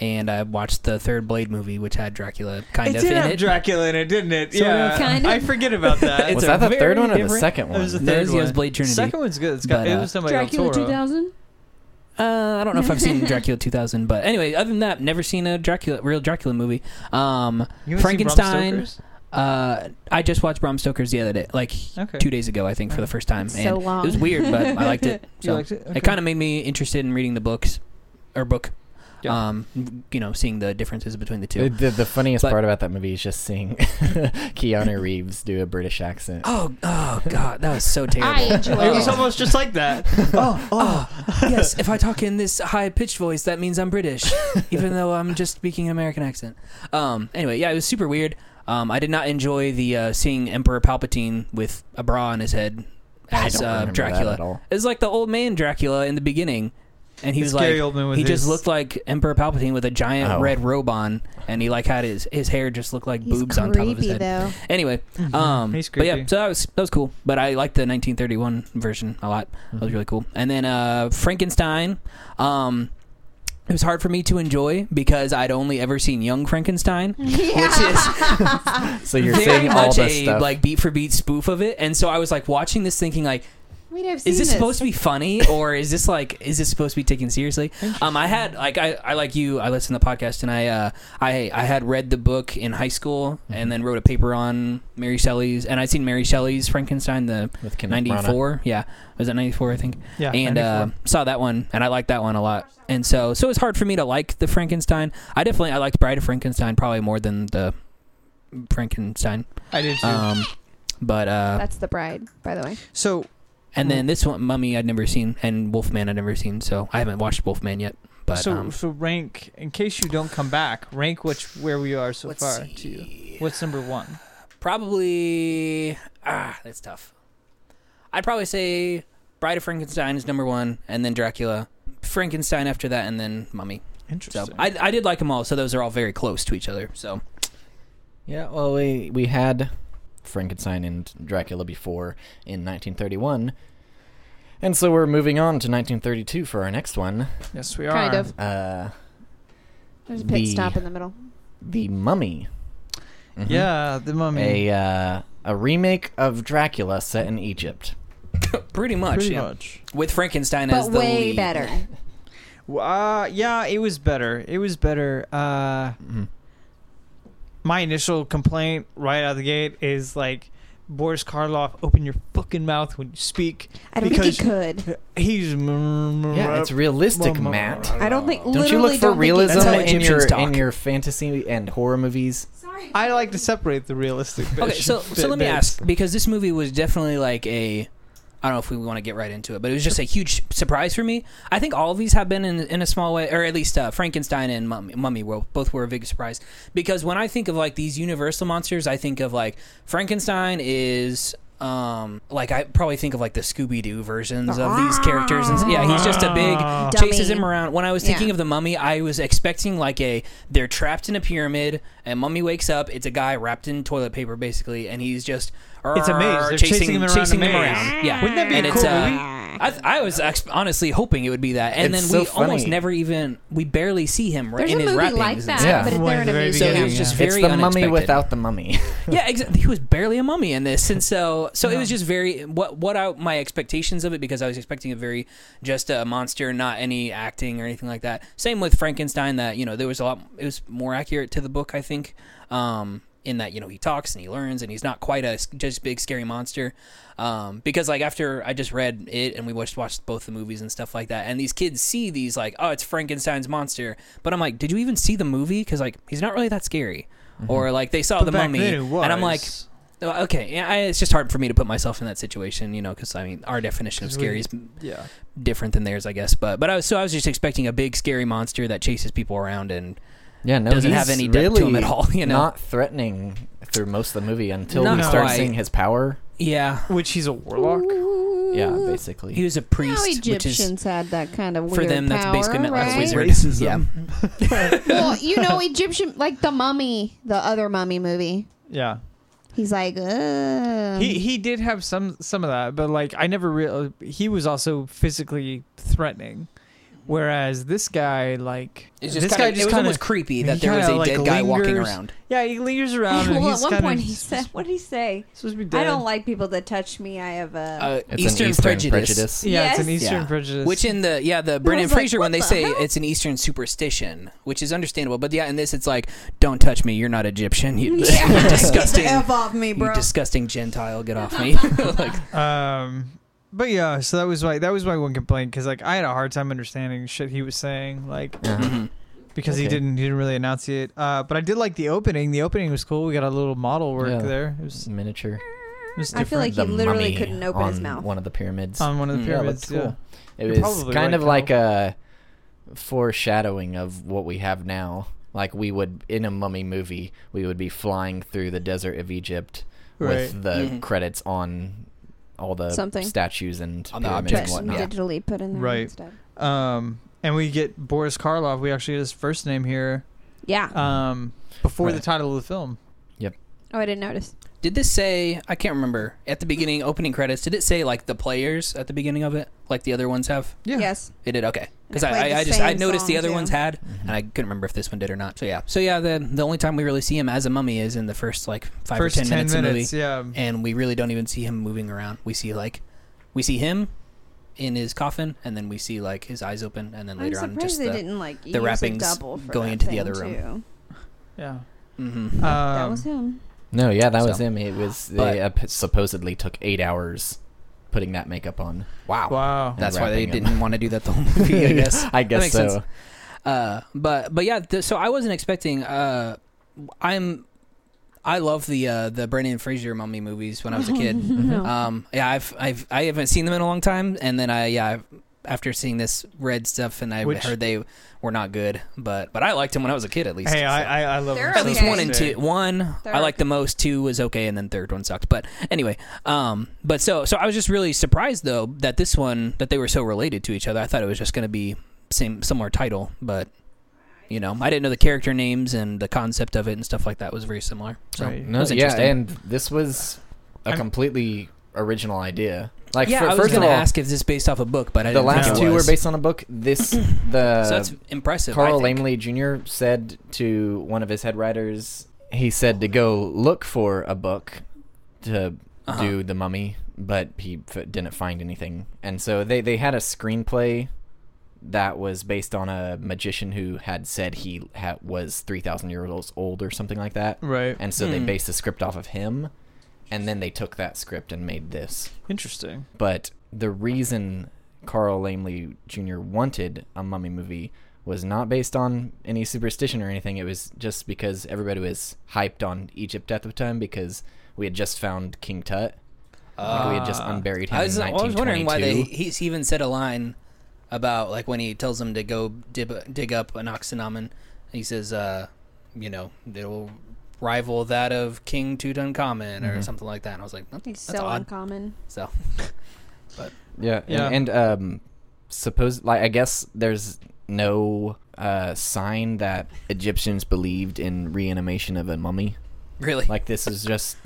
S3: and I watched the third Blade movie, which had Dracula kind
S4: it
S3: of
S4: did
S3: in
S4: have
S3: it.
S4: dracula in it didn't it
S3: Sort of.
S4: yeah
S2: Kind of.
S4: i forget about that
S3: It's
S1: was
S3: a
S1: that the
S3: very
S1: third one or the
S3: different-
S1: second
S4: It
S1: one?
S4: was the
S3: No,
S4: third
S3: it was
S4: one.
S3: Blade Trinity.
S4: second one's good. It's got,
S3: But,
S4: it
S3: uh,
S4: was somebody Del Toro.
S2: 2000.
S3: Uh, I don't know if I've
S4: *laughs*
S3: seen Dracula 2000, but anyway, other than that, never seen a Dracula real Dracula movie. Um,
S4: You haven't seen Bram
S3: Frankenstein.
S4: Stoker's?
S3: uh, I just watched Bram Stoker's the other day, like
S4: Okay. Oh.
S3: two days ago, I think, for the first time.
S2: It's
S3: and
S2: so long.
S3: It was weird, but I liked it.
S4: *laughs* You
S3: So
S4: liked it? Okay.
S3: it kind of made me interested in reading the books, or book.
S4: Yeah.
S3: Um, you know, seeing the differences between the two.
S1: The, the, the funniest
S3: But-
S1: part about that movie is just seeing *laughs* Keanu Reeves do a British accent.
S3: Oh, oh God, that was
S4: *laughs*
S3: so
S2: I
S3: terrible.
S2: enjoyed
S4: It was
S2: it.
S4: almost just like that.
S3: oh, oh, yes. If I talk in this high pitched voice, that means I'm
S1: *laughs*
S3: British, even though I'm just speaking an American accent. Um, anyway, yeah, it was super weird. Um, I did not enjoy the uh, seeing Emperor Palpatine with a bra on his head
S1: I
S3: as
S1: don't
S3: uh,
S1: remember that
S3: Dracula.
S1: at all.
S3: It's like the old man Dracula in the beginning. and *laughs* he
S4: It's
S3: was like,
S4: Gary Oldman with
S3: he
S4: his-
S3: just looked like Emperor Palpatine with a giant
S1: Oh.
S3: red robe on, and he like had his his hair just looked
S2: *laughs*
S3: like
S2: He's
S3: boobs on
S2: creepy
S3: top of his head.
S2: though.
S3: Anyway, um,
S4: Mm-hmm. He's
S3: but yeah,
S4: creepy.
S3: so that was that was cool. But I liked the 1931 version a lot.
S4: Mm-hmm.
S3: That was really cool. And then uh, Frankenstein, um, it was hard for me to enjoy because I'd only ever seen Young Frankenstein, *laughs* which is
S2: *laughs*
S1: So you're
S3: very
S1: saying all
S3: much
S1: this
S3: a
S1: stuff.
S3: like beat for beat spoof of it. And so I was like watching this, thinking like,
S2: We'd have seen
S3: is this supposed to be funny or is this like is this supposed to be taken seriously um i had like i, I like you i listened to the podcast and i uh i i had read the book in high school and then wrote a paper on mary shelley's and i'd seen mary shelley's frankenstein the
S1: with Kenneth Branagh.
S3: 94 yeah was that 94 i think
S4: Yeah,
S3: and uh,
S4: 94.
S3: saw that one and i liked that one a lot and so so it was hard for me to like the frankenstein i definitely i liked bride of frankenstein probably more than the frankenstein
S4: I did too.
S3: um but uh
S2: That's the bride, by the way.
S4: so
S3: and
S4: Hmm.
S3: then this one, Mummy, I'd never seen, and Wolfman, I'd never seen. So I haven't watched Wolfman yet. But
S4: so
S3: um,
S4: so rank in case you don't come back. Rank which where we are so
S3: let's
S4: far to you.
S3: see.
S4: What's number one?
S3: Probably ah, that's tough. I'd probably say Bride of Frankenstein is number one, and then Dracula, Frankenstein after that, and then Mummy. So
S4: Interesting.
S3: I, I did like them all. So those are all very close to each other. So *laughs*
S1: Yeah, well, we we had Frankenstein and Dracula before in 1931, and so we're moving on to 1932 for our next one.
S4: yes, we are.
S2: Kind of.
S1: Uh,
S2: There's a pit
S1: The-
S2: stop in the middle.
S1: the Mummy.
S3: Mm-hmm.
S1: Mhm.
S4: Yeah, the mummy.
S1: a uh, a remake of Dracula set in Egypt.
S3: pretty much,
S4: Pretty
S3: yeah.
S4: much.
S3: with Frankenstein as
S2: But
S3: the
S2: way
S3: lead.
S2: better.
S4: Well, Uh, yeah, it was better. It was better. Uh,
S3: Mm-hmm.
S1: Mhm.
S4: my initial complaint right out of the gate is like, Boris Karloff, open your fucking mouth when you speak.
S2: I don't
S4: because
S2: think he could.
S4: He's
S1: Yeah, it's realistic, Matt.
S2: I don't think.
S1: Don't
S2: literally
S1: you look for
S2: don't think he
S1: realism
S3: That's how
S2: could.
S1: in
S3: Egyptians
S1: your
S3: talk.
S1: in your fantasy and horror movies?
S2: Sorry.
S4: I like to separate the realistic.
S3: Okay,
S4: bits-
S3: so so let me ask
S4: bits.
S3: because this movie was definitely like a I don't know if we want to get right into it, but it was just a huge surprise for me. I think all of these have been in, in a small way, or at least uh, Frankenstein and Mummy, Mummy were, both were a big surprise. Because when I think of like these Universal monsters, I think of like Frankenstein is um like I probably think of like the Scooby Doo versions of these characters. And s- yeah, he's just a big chases
S2: Dummy.
S3: him Uh, around. When I was thinking
S2: Yeah.
S3: of the Mummy, I was expecting like a they're trapped in a pyramid, and Mummy wakes up. It's a guy wrapped in toilet paper basically, and he's just
S4: It's a maze. They're chasing them around a maze.
S2: Ah.
S3: Yeah,
S4: Wouldn't that be
S3: and
S4: a
S3: it's,
S4: cool
S3: uh,
S4: movie?
S3: I, th- I was ex- honestly hoping it would be that, and
S1: It's
S3: then we
S1: so
S3: almost
S1: funny.
S3: never even we barely see him
S2: There's
S3: in
S2: a
S3: his
S2: movie
S3: wrappings.
S2: like
S3: and
S2: that,
S3: stuff.
S1: Yeah.
S2: but it's
S4: One
S2: there
S4: at
S2: in a
S4: the very
S2: museum.
S3: So it was
S4: Yeah.
S3: just
S1: It's
S3: very
S1: the
S3: unexpected.
S1: mummy without the mummy.
S3: yeah, exactly. He was barely a mummy in this, and so so it was just very what what I, my expectations of it because I was expecting a very just a monster, not any acting or anything like that. Same with Frankenstein, that you know there was a lot. It was more accurate to the book, I think, um, in that you know he talks and he learns and he's not quite a s- just big scary monster. Um, because like after I just read it and we watched watched both the movies and stuff like that, and these kids see these like oh it's Frankenstein's monster, but I'm like did you even see the movie? Because like he's not really that scary. Or like they saw
S4: Mm-hmm. But
S3: the
S4: back
S3: mummy,
S4: then it
S3: and I'm like,
S4: was.
S3: well, okay, yeah, I, it's just hard for me to put myself in that situation, you know, because I mean, our definition of
S4: 'Cause
S3: scary
S4: we-
S3: is
S4: yeah.
S3: different than theirs, I guess. But but I was so I was just expecting a big scary monster that chases people around and
S1: Yeah, no,
S3: Doesn't
S1: he's
S3: have any
S1: really
S3: depth to him at all, *laughs* you know?
S1: not threatening through most of the movie until
S3: Not
S1: we start
S3: quite.
S1: seeing his power.
S3: yeah,
S4: Which he's a warlock.
S1: Yeah,
S2: Mm.
S1: basically.
S3: he was a
S2: Now
S3: priest, which
S2: Egyptians
S3: is
S2: had that kind of weird
S3: for them that's
S2: power,
S3: basically meant like
S2: right?
S3: a wizard.
S4: Racism.
S3: Yeah, *laughs*
S2: well, you know, Egyptian, like the mummy, the other mummy movie.
S4: Yeah.
S2: He's like, uh.
S3: Mm.
S2: Ugh.
S4: He he did have some some of that, but like I never real he was also physically threatening. Whereas this guy, like
S3: it's just
S4: this
S3: kind
S4: guy
S3: of it
S4: just
S3: was
S4: kind
S3: almost
S4: of
S3: creepy
S4: he
S3: that there was a
S4: kinda, like,
S3: dead guy walking
S4: lingers.
S3: around.
S4: yeah, he
S3: *laughs*
S4: lingers around.
S2: *laughs*
S4: and
S2: well,
S4: he's
S2: at one
S4: kinda
S2: point he
S4: just
S2: said, "What did he say?
S4: supposed to be dead.
S2: I don't like people that touch me. I have a." *laughs*
S3: Uh,
S1: it's
S3: Eastern,
S1: an Eastern
S3: prejudice.
S4: Yeah, it's an
S2: Yes.
S4: Eastern
S3: Yeah.
S4: prejudice.
S3: Which in the yeah the Brendan
S2: was like,
S3: Fraser
S2: what
S3: when they
S2: the
S3: say
S2: hell?
S3: it's an Eastern superstition, which is understandable. But yeah, in this it's like, don't touch me, you're not Egyptian, *laughs* you
S2: Get the
S3: disgusting,
S2: F off me,
S3: you
S2: bro.
S3: disgusting Gentile, get off
S2: *laughs*
S3: me. *laughs* like,
S4: um, but yeah, so that was my that was my one complaint because like I had a hard time understanding shit he was saying like
S3: *laughs*
S1: Uh-huh.
S3: mm-hmm.
S4: because he
S1: Okay.
S4: didn't he didn't really enunciate. Uh, but I did like the opening. The opening was cool. We got a little model work
S1: Yeah.
S4: there. It
S3: Mm-hmm.
S4: was, it
S1: Miniature.
S4: was
S2: I feel
S4: different.
S2: like he
S1: The
S2: literally
S1: mummy
S2: couldn't open his
S1: on
S2: mouth.
S1: One of the pyramids.
S3: Um,
S4: on one of the
S1: Mm, yeah, it looked
S4: pyramids. Yeah,
S1: cool. It
S4: You're
S1: was
S4: probably
S1: kind
S4: right,
S1: of like a foreshadowing of what we have now. Like we would in a mummy movie, we would be flying through the desert of Egypt
S4: Right.
S1: with the
S3: Mhm.
S1: credits on all the
S2: Mm-hmm. Something.
S1: statues and
S3: On the
S1: pyramids
S3: objects.
S1: and
S2: but
S1: whatnot.
S2: digitally put in there
S4: Right.
S2: instead.
S4: Um, and we get Boris Karloff. We actually get his first name here.
S2: Yeah.
S4: Um, before the
S1: Right.
S4: title of the film.
S2: oh, I didn't notice.
S3: Did this say? I can't remember. At the beginning, opening credits, did it say like the players at the beginning of it, like the other ones have?
S4: Yeah.
S2: Yes.
S3: It did. Okay, because
S2: And it
S3: I,
S2: played
S3: I,
S2: the
S3: I just I
S2: same
S3: noticed the
S2: song,
S3: other
S2: too.
S3: ones had,
S1: Mm-hmm.
S3: and I couldn't remember if this one did or not. So yeah. So yeah. The the only time we really see him as a mummy is in the first like five
S4: First
S3: or ten, minutes, of the
S4: Yeah.
S3: movie, and we really don't even see him moving around. We see like, we see him in his coffin, and then we see like his eyes open, and then later
S2: I'm
S3: on
S2: surprised
S3: just
S2: they
S3: the.
S2: didn't like use
S3: wrappings
S2: a double for
S3: going
S2: that
S3: into the
S2: thing,
S3: other room.
S2: Too.
S4: Yeah.
S3: Mhm.
S4: Um,
S2: that was him.
S1: No, yeah, that was
S3: So-
S1: him. It was
S3: But-
S1: they uh, p- supposedly took eight hours putting that makeup on.
S3: wow.
S4: wow.
S1: That-
S3: That's why they
S1: wrapping 'em.
S3: didn't want to do that the whole movie. I guess.
S1: I guess
S3: makes
S1: so.
S3: sense. Uh, but but yeah, th- so I wasn't expecting. Uh, I'm, I love the uh, the Brendan Fraser mummy movies when I was a
S2: *laughs*
S3: kid.
S2: no.
S3: um, yeah, I've I've I haven't seen them in a long time, and then I yeah. I've, after seeing this red stuff, and I
S4: Which-
S3: heard they were not good, but but I liked them when I was a kid at least.
S4: Hey,
S3: So-
S4: I, I, I love
S2: They're
S4: him
S3: at
S4: so
S3: least
S2: Okay.
S3: one and
S4: much.
S3: two. One
S2: They're
S3: I like the most. Two was okay, and then third one sucked. But anyway, um, but so so I was just really surprised though that this one that they were so related to each other. I thought it was just going to be same similar title, but you know I didn't know the character names and the concept of it and stuff like that was very similar. So
S4: Right.
S3: it
S1: No,
S3: was
S1: yeah,
S3: interesting.
S1: and this was a
S4: I'm-
S1: completely original idea. Like,
S3: yeah,
S1: fir-
S3: I was
S1: first
S3: going
S1: of
S3: to
S1: all,
S3: ask if this is based off a book, but I
S1: the
S3: didn't think
S1: last
S3: it
S1: two were
S3: was.
S1: based on a book. *coughs* This the
S3: So that's impressive. I
S1: Uh, Carl
S3: think.
S1: Lamley Jr. said to one of his head writers, he said to go look for a book to
S3: Uh-huh.
S1: do The Mummy, but he f- didn't find anything. And so they, they had a screenplay that was based on a magician who had said he ha- was 3,000 years old or something like that.
S4: Right.
S1: And so they
S3: Hmm.
S1: based the script off of him, and then they took that script and made this
S4: Interesting.
S1: but the reason Carl Lamley Jr. wanted a mummy movie was not based on any superstition or anything. It was just because everybody was hyped on Egypt at the time because we had just found King Tut. Like we had just
S4: Ah.
S1: unburied him
S3: Uh, I was,
S1: in
S3: I was
S1: 1922.
S3: wondering why they, he's even said a line about like when he tells them to go dib, dig up an oxynomen. He says, uh, you know, it will rival that of King Tutankhamun or
S1: Mhm.
S3: something like that. And I was like, "That-
S2: He's
S3: that's
S2: so
S3: odd.
S2: uncommon.
S3: So *laughs*
S1: yeah,
S4: Yeah.
S1: And, and um, suppose like I guess there's no uh, sign that Egyptians believed in reanimation of a mummy.
S3: really,
S1: Like this is just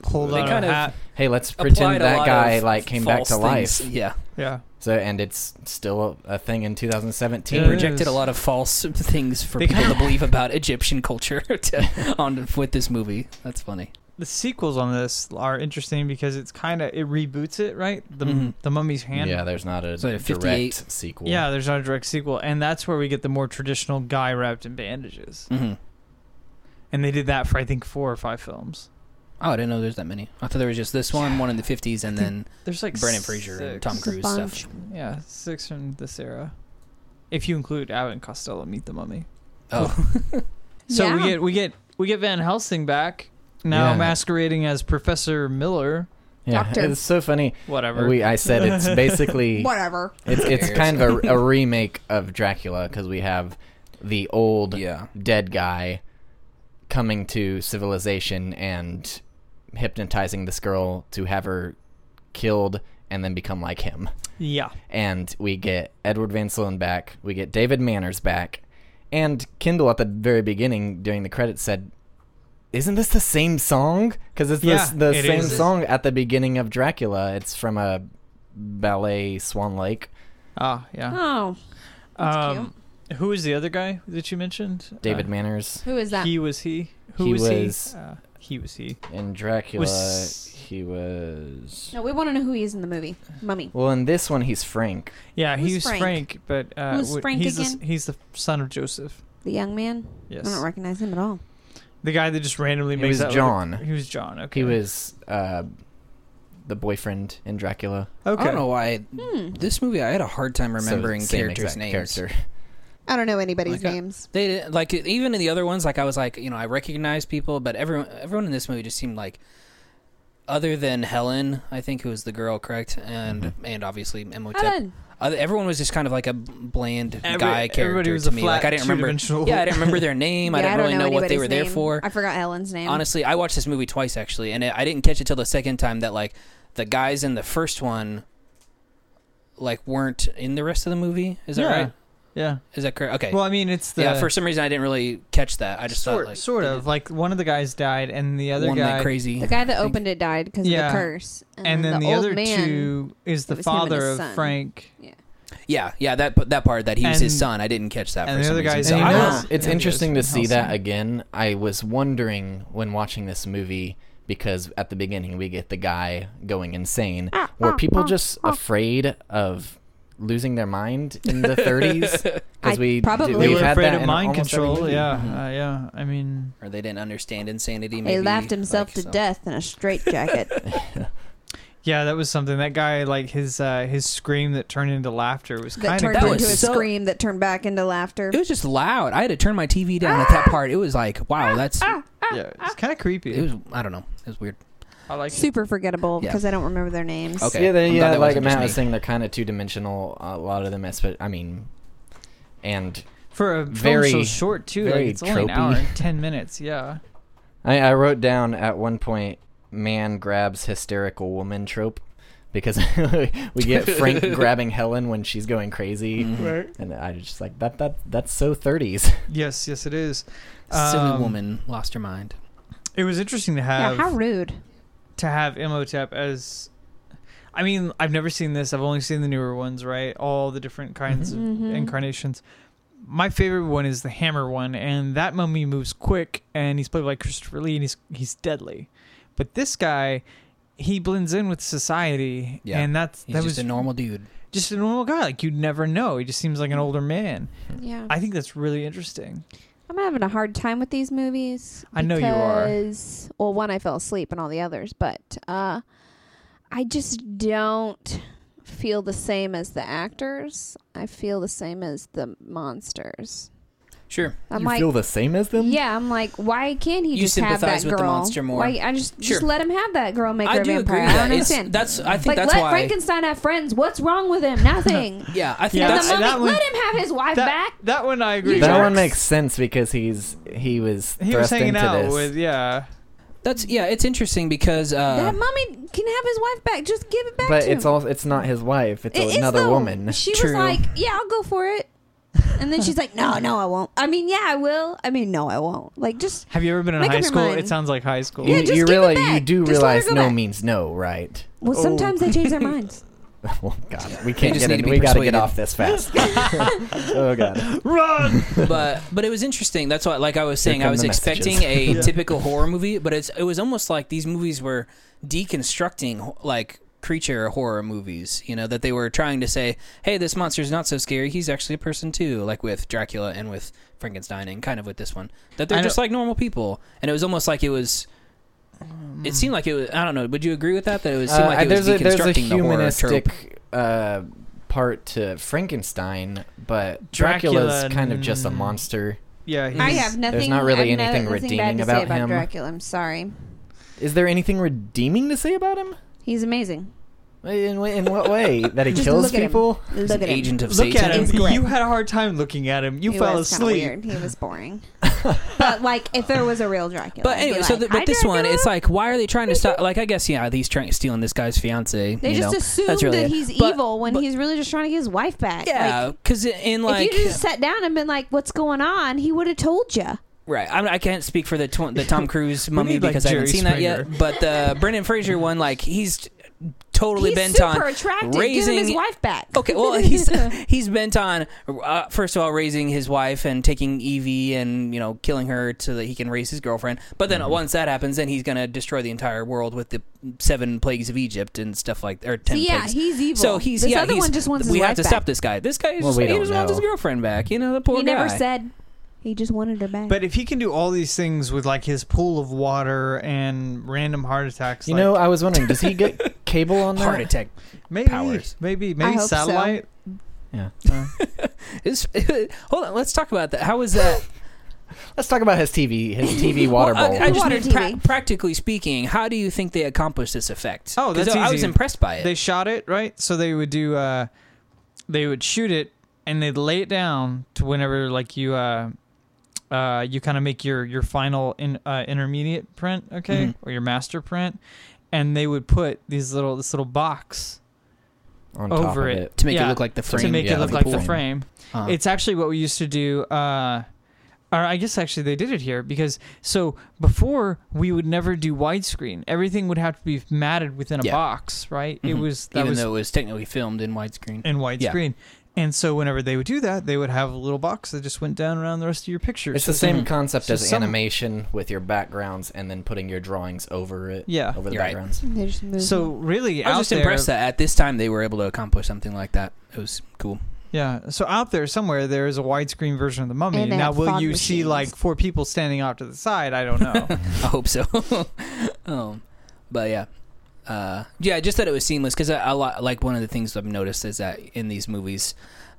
S4: Pulled
S3: They
S4: out
S3: kind
S4: a
S3: of-
S4: hat.
S1: hey, let's
S3: applied a
S1: pretend that
S3: lot
S1: guy
S3: of
S1: like came back to
S3: false
S1: life.
S3: things. Yeah,
S4: Yeah.
S1: So, and it's still a, a thing in 2017.
S4: It
S3: projected
S4: is.
S3: a lot of false *laughs* things for
S4: They
S3: people
S4: kind
S3: to believe about Egyptian culture *laughs* to, on with this movie. That's funny.
S4: The sequels on this are interesting because it's kind of it reboots it, right? The
S3: Mhm.
S4: the mummy's hand.
S1: Yeah, there's not a
S3: So, yeah, 58.
S1: direct sequel.
S4: Yeah, there's not a direct sequel, and that's where we get the more traditional guy wrapped in bandages.
S3: hmm
S4: And they did that for I think four or five films.
S3: Oh, I didn't know there's that many. I thought there was just this one, one in the '50s, and then
S4: There's like
S3: Brendan Fraser and
S4: six.
S3: Tom
S2: It's a
S3: Cruise
S2: bunch.
S3: stuff.
S4: Yeah, six from this era. If you include Abbott and Costello Meet the Mummy.
S3: Oh, *laughs*
S4: So we
S2: Yeah.
S4: get we get we get Van Helsing back now
S1: Yeah.
S4: masquerading as Professor Miller.
S1: yeah.
S2: Doctor.
S1: It's so funny.
S4: Whatever.
S1: We, I said
S4: *laughs*
S1: it's basically
S2: Whatever.
S1: it's, it's
S3: Who
S1: kind of
S3: *laughs*
S1: a, a remake of Dracula because we have the old
S3: yeah.
S1: dead guy coming to civilization and hypnotizing this girl to have her killed and then become like him.
S4: yeah.
S1: and we get Edward Van Sloan back, we get David Manners back, and Kindle at the very beginning during the credits said, "Isn't this the same song? Because it's
S4: Yeah,
S1: the, the
S4: it
S1: same
S4: is.
S1: song at the beginning of Dracula. It's from a ballet, Swan Lake.
S4: Ah, yeah.
S2: Oh, that's
S4: um, Who is the other guy that you mentioned?
S1: David
S4: Uh,
S1: Manners
S2: cute. Who is that?
S4: He was he. Who
S1: He
S4: was,
S1: was-
S4: he? Uh, he was he.
S1: in Dracula.
S4: Was-
S1: He was
S2: no, we want to know who he is in the movie. Mummy.
S1: well in this one. He's Frank.
S4: Yeah, he
S2: Who's
S4: was Frank,
S2: Frank?
S4: but uh,
S2: Who's
S4: wh-
S2: Frank
S4: he's the s-
S2: again?
S4: he's the son of Joseph.
S2: The young man.
S4: Yes,
S2: I don't recognize him at all.
S4: the guy that just randomly
S1: He
S4: makes
S1: was
S4: that
S1: John.
S4: He was John. Okay,
S1: He was uh, the boyfriend in Dracula.
S4: Okay,
S3: I don't know why
S2: Hmm.
S3: this movie. I had a hard time
S1: So,
S3: remembering
S1: same
S3: characters'
S1: exact
S3: names.
S1: Character.
S2: I don't know anybody's
S3: Like a-
S2: names.
S3: They didn't- like even in the other ones. Like I was like, you know, I recognize people, but everyone everyone in this movie just seemed like, other than Helen, I think who was the girl, correct, and
S1: Mhm.
S3: and obviously Emotep.
S2: Ellen.
S3: Other, everyone was just kind of like a bland
S4: Every-
S3: guy character
S4: Everybody was
S3: to
S4: a
S3: me.
S4: flat
S3: Like I didn't remember. *laughs*
S4: two-dimensional-
S3: Yeah, I didn't remember their name. I
S2: Yeah,
S3: didn't really know, what they
S2: anybody's
S3: were there
S2: name.
S3: for.
S2: I forgot Ellen's name.
S3: Honestly, I watched this movie twice actually, and I didn't catch it till the second time that like the guys in the first one like weren't in the rest of the movie. Is that
S4: yeah.
S3: right?
S4: Yeah.
S3: Is that correct? Okay.
S4: Well, I mean, it's the
S3: yeah. For some reason, I didn't really catch that. I just
S4: sort,
S3: thought like
S4: sort
S3: they
S4: of like one of the guys died and the
S3: did
S4: other
S3: one
S4: guy
S3: like crazy.
S2: The guy that
S3: think-
S2: opened it died because
S4: Yeah.
S2: of Mm, the curse,
S4: and then the,
S2: old
S4: other
S2: man-
S4: two is the
S2: was him and his
S4: father of
S2: son.
S4: Frank.
S3: Yeah, yeah. That but that part that he was his
S4: And-
S3: son. I didn't catch that.
S4: and
S3: for
S4: the
S3: some
S4: other
S3: reason.
S4: guy's
S3: So
S4: in
S3: I
S4: the-
S3: was-
S4: Ah.
S1: it's
S4: Yeah,
S1: interesting to
S4: because
S1: see that
S4: Hellsing.
S1: again. I was wondering when watching this movie because at the beginning we get the guy going insane.
S2: Ah,
S1: Were people just afraid of losing their mind in the
S4: *laughs*
S1: 30s?
S2: I- probably.
S4: They
S2: We've
S4: were
S1: had
S4: afraid
S1: that
S4: of
S1: in
S4: mind
S1: almost every
S4: control.
S1: movie.
S4: Yeah,
S3: Mm-hmm.
S4: uh, yeah. I mean,
S3: or they didn't understand insanity. Maybe
S2: He laughed himself
S3: like,
S2: to
S3: so.
S2: death in a
S3: *laughs*
S2: straitjacket.
S4: yeah, that was something. That guy, like his uh, his scream that turned into laughter, was
S2: that
S4: kind of
S2: turned
S3: That
S2: into
S4: crazy.
S2: a
S3: was so-
S2: scream that turned back into laughter.
S3: It was just loud. I had to turn my TV down at that part. It was like, wow, that's
S4: yeah,
S2: Ah,
S4: it's kind of creepy.
S3: it was. I don't know. It was weird.
S4: I like it.
S2: Super forgettable
S3: Yeah.
S2: because I don't remember their names.
S3: Okay.
S1: Yeah, they,
S3: I'm glad
S1: yeah
S3: that
S1: like
S3: wasn't just
S1: Matt
S3: me.
S1: was saying, they're kind of two dimensional. A lot of them, espe- I mean, and
S4: for a film
S1: very-
S4: so short too. Like
S1: very
S4: it's only an
S1: tropey.
S4: hour and ten minutes. Yeah,
S1: I, I wrote down at one point, man grabs hysterical woman trope because *laughs* we get Frank grabbing Helen when she's going crazy.
S4: right.
S1: And I was just like, that, that that's so 30s.
S4: Yes, yes, it is.
S3: Silly
S4: Um,
S3: woman lost her mind.
S4: It was interesting to
S2: Yeah,
S4: have
S2: how rude.
S4: to have Imhotep as. I mean, I've never seen this. I've only seen the newer ones, right? All the different
S1: Mm-hmm.
S4: kinds of
S2: Mhm.
S4: incarnations. My favorite one is the hammer one, and that mummy moves quick, and he's played by Christopher Lee, and he's he's deadly. But this guy, he blends in with society,
S3: Yeah.
S4: and that's
S3: He's
S4: that
S3: just
S4: was
S3: a normal dude.
S4: just a normal guy. Like you'd never know. He just seems like
S2: Mm-hmm.
S4: an older man.
S2: Yeah.
S4: I think that's really interesting.
S2: I'm having a hard time with these movies.
S4: I know you are.
S2: because- Well, one I fell asleep and all the others, but uh, I just don't feel the same as the actors. I feel the same as the monsters.
S3: Sure.
S2: I'm
S1: you
S2: like,
S1: feel the same as them?
S2: yeah, I'm like, why can't he
S3: You
S2: just have that
S3: sympathize
S2: girl?
S3: with the monster more.
S2: Why, I just
S3: Sure.
S2: just let him have that girl make
S3: I
S2: her a
S3: do
S2: vampire.
S3: agree.
S2: I
S3: with
S2: don't
S3: that. It's-
S2: understand.
S3: that's. I think
S2: like,
S3: that's
S2: let
S3: why.
S2: Frankenstein have friends. What's wrong with him?
S3: *laughs*
S2: Nothing.
S3: yeah, I think
S4: Yeah,
S2: Let
S3: that's.
S2: the mummy,
S4: that one-
S2: let him have his wife
S4: that,
S2: back.
S4: That one I agree.
S2: You
S4: with.
S1: That one
S2: jerks.
S1: makes sense because he's he was
S4: He was
S1: thrust
S4: hanging
S1: into
S4: out
S1: this.
S4: with yeah.
S3: That's yeah. It's interesting because uh,
S2: that mummy can have his wife back. Just give it back
S1: but
S2: to
S1: it's
S2: him.
S1: all it's not his wife. It's
S2: It is,
S1: another
S2: though.
S1: woman.
S2: She was
S3: True.
S2: like, "Yeah, I'll go for it," and then she's like, "No, no, I won't. I mean, yeah, I will. I mean, no, I won't. Like, just
S4: Have you ever been in
S2: Make up
S4: high
S2: your
S4: school?
S2: mind.
S4: It sounds like high school.
S1: you,
S2: Yeah, just
S1: you
S2: give it
S1: realize you
S2: back.
S1: do
S2: Just let her
S1: realize
S2: go
S1: no
S2: back.
S1: means no, right? *laughs*
S2: well,
S4: Oh.
S2: sometimes they
S3: *laughs*
S2: change their minds.
S1: oh god. We can't
S3: just
S1: get in,
S3: need to be
S1: we got to
S3: persuaded.
S1: get off this fast. *laughs* oh god.
S4: *laughs* Run!
S3: but but it was interesting. That's why, like I was saying, I
S1: come
S3: was
S1: the *laughs*
S3: expecting a typical horror movie, but it's it was almost like these movies were deconstructing like creature horror movies. You know that they were trying to say, hey, this monster's not so scary. He's actually a person too, like with Dracula and with Frankenstein, and kind of with this one that
S4: I
S3: they're
S4: know-
S3: just like normal people. And it was almost like it was. It seemed like it was. I don't know. Would you agree with that? That it was seemed
S1: Hmm. Uh,
S3: like it was
S1: there's, a,
S3: deconstructing
S1: there's a
S3: the horror trope.
S1: humanistic uh, part to Frankenstein, but Dracula's
S4: Dracula,
S1: kind of just a
S4: mm.
S1: monster.
S4: Yeah, he's,
S2: I have nothing.
S1: not really
S2: I have no-
S1: anything
S2: nothing
S1: redeeming
S2: bad to
S1: about
S2: say about
S1: him.
S2: Dracula. I'm sorry.
S1: Is there anything redeeming to say about him?
S2: He's amazing.
S1: In, in what
S3: *laughs*
S1: way? That he
S2: Just
S1: kills
S2: look at him.
S1: people?
S3: He's
S2: Look
S3: an
S2: at him.
S3: agent of
S4: Look
S3: Satan.
S4: at him.
S2: He's great.
S4: You had a hard time looking at him. You
S2: He
S4: fell
S2: was kinda
S4: asleep.
S2: Weird. He was
S3: *laughs*
S2: boring. but like, if there was a real Dracula,
S3: But
S2: I'd be
S3: anyway, so
S2: like,
S3: the,
S2: "Hi,
S3: but this one,
S2: Dracula."
S3: it's like, why are they trying to stop? Like, I guess yeah, he's trying stealing this guy's fiance.
S2: they
S3: you
S2: just
S3: know?
S2: assume
S3: That's really
S2: that
S3: it.
S2: he's
S3: But-
S2: evil when
S3: but-
S2: he's really just trying to get his wife back. Like,
S3: Yeah, because in like
S2: if you just sat down and been like, "What's going on?" He would have told you.
S3: right, I'm, I can't speak for the tw- the
S2: *laughs*
S3: Tom Cruise mummy
S4: need, like,
S3: because I haven't
S4: Jerry
S3: seen that yet. But the Brendan Fraser one, like he's totally
S2: He's
S3: bent
S2: super
S3: on
S2: attractive. Give him
S3: raising
S2: his wife back.
S3: *laughs* Okay, well
S2: *laughs*
S3: he's he's bent on uh, first of all raising his wife and taking Evie and you know killing her so that he can raise his girlfriend. But
S2: Mm-hmm.
S3: then once that happens, then he's gonna destroy the entire world with the seven plagues of Egypt and stuff like or
S2: So
S3: ten.
S2: yeah,
S3: plagues.
S2: he's evil.
S3: So he's
S2: this
S3: yeah,
S2: other
S3: he's-
S2: one just wants his
S3: we
S2: wife
S3: have to
S2: back.
S3: stop this guy. This guy is
S1: Well,
S3: just,
S1: we
S3: he
S1: don't
S3: just wants
S1: know.
S3: his girlfriend back. You know the poor
S2: he
S3: guy.
S2: never said he just wanted her back.
S4: But if he can do all these things with like his pool of water and random heart attacks,
S1: You
S4: like,
S1: know, I was wondering, does he
S3: *laughs*
S1: get cable on that?
S3: heart attack.
S4: maybe,
S3: powers.
S4: maybe,
S2: I
S4: maybe
S2: hope so.
S4: satellite.
S1: Yeah.
S3: Is- *laughs* hold on, let's talk about that. How was
S4: *laughs*
S3: that?
S1: Let's talk about his TV, his
S3: *laughs*
S1: TV water
S3: Well,
S1: bowl.
S3: I, I just
S2: Water
S3: mean
S2: TV.
S3: pra- practically speaking, how do you think they accomplished this effect?
S4: Oh,
S3: 'Cause
S4: that's
S3: I, I was
S4: easy.
S3: impressed by it.
S4: They shot it right, so they would do. Uh, they would shoot it and they'd lay it down to whenever like you. Uh, uh, you kind of make your your final in, uh, intermediate print, okay,
S3: Mhm.
S4: or your master print, and they would put these little this little box
S1: on top
S4: over
S1: of
S4: it.
S1: it.
S3: to make it
S4: Yeah.
S3: look like the frame.
S4: to make
S1: yeah,
S4: it look
S1: the
S4: like the
S1: pool.
S4: frame.
S3: Uh,
S4: It's actually what we used to do. Uh, or I guess actually they did it here because so before we would never do widescreen. Everything would have to be matted within a
S3: Yeah.
S4: box, right? It
S3: mhm.
S4: was that
S3: even
S4: was
S3: though it was technically filmed in widescreen.
S4: in widescreen. And so whenever they would do that, they would have a little box that just went down around the rest of your pictures.
S1: It's the same
S3: Mhm.
S1: concept
S4: So
S1: as
S4: some-
S1: animation with your backgrounds and then putting your drawings over it.
S4: Yeah.
S1: Over the
S3: You're right.
S1: backgrounds.
S2: They just moved
S4: So
S2: it.
S4: really,
S3: Mm-hmm. I
S4: out
S3: was just
S4: there,
S3: impressed that at this time they were able to accomplish something like that. It was cool.
S4: yeah. So out there somewhere, there is a widescreen version of the mummy.
S2: And they
S4: now,
S2: have
S4: will
S2: fog
S4: you see
S2: machines.
S4: like four people standing off to the side? I
S3: *laughs*
S4: don't know.
S3: I hope so. um, but yeah, uh, yeah, just that it was seamless because I, I li- like one of the things I've noticed is that in these movies,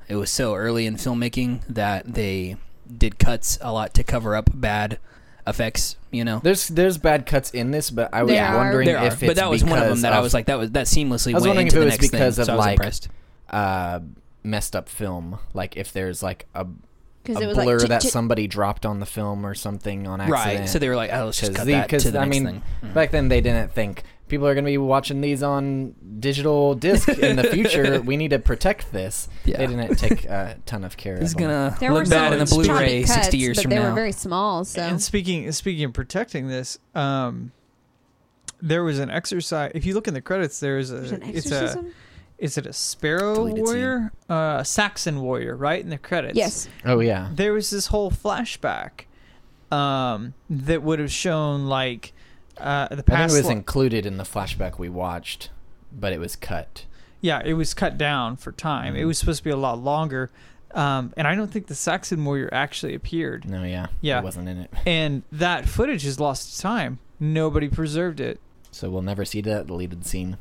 S3: it was so early in filmmaking that they did cuts a lot to cover up bad effects. You know,
S1: There's there's bad cuts in this, but I was
S2: There are.
S1: wondering
S3: there are,
S1: if it's
S3: but that was one of
S1: because
S3: them that I was like, that was that seamlessly
S1: I was
S3: went
S1: wondering
S3: into
S1: if it
S3: the
S1: was
S3: next
S1: because
S3: thing.
S1: of,
S3: so I was
S1: like,
S3: impressed.
S1: uh, messed up film. Like if there's like a,
S2: because
S1: a
S2: it was
S1: blur
S2: like
S1: that
S2: ch- ch-
S1: somebody dropped on the film or something on accident.
S3: Right, so they were like, "Oh, let's just
S1: 'Cause
S3: cut
S1: the-
S3: that
S1: 'cause,
S3: to the
S1: I
S3: next
S1: mean,
S3: thing." Mhm.
S1: Back then, they didn't think people are going to be watching these on digital
S3: *laughs*
S1: disc in the future. we need to protect this.
S3: Yeah.
S1: They didn't take a ton of care.
S3: This is
S1: of 'em.
S3: gonna
S2: there were
S3: look bad
S2: some
S3: in the
S2: choppy
S3: Blu-ray
S2: cuts,
S3: sixty years
S2: but
S3: from
S2: they
S3: now.
S2: were very small. So
S4: And speaking speaking of protecting this, um, there was an exercise. If you look in the credits, there's a
S2: there's an
S3: uh,
S4: it's a
S2: exorcism.
S4: is it a sparrow
S3: Deleted scene.
S4: warrior, uh, a Saxon warrior, right in the credits?
S2: Yes,
S1: Oh yeah.
S4: There was this whole flashback um, that would have shown like uh, the
S1: I think
S4: past.
S1: it was
S4: li-
S1: included in the flashback we watched, but it was cut.
S4: yeah, it was cut down for time. It was
S1: Mm-hmm.
S4: supposed to be a lot longer. Um, and I don't think the Saxon warrior actually appeared.
S1: No, yeah.
S4: Yeah.
S1: It wasn't in it.
S4: And that footage is lost to time. Nobody preserved it.
S1: So we'll never see that deleted scene.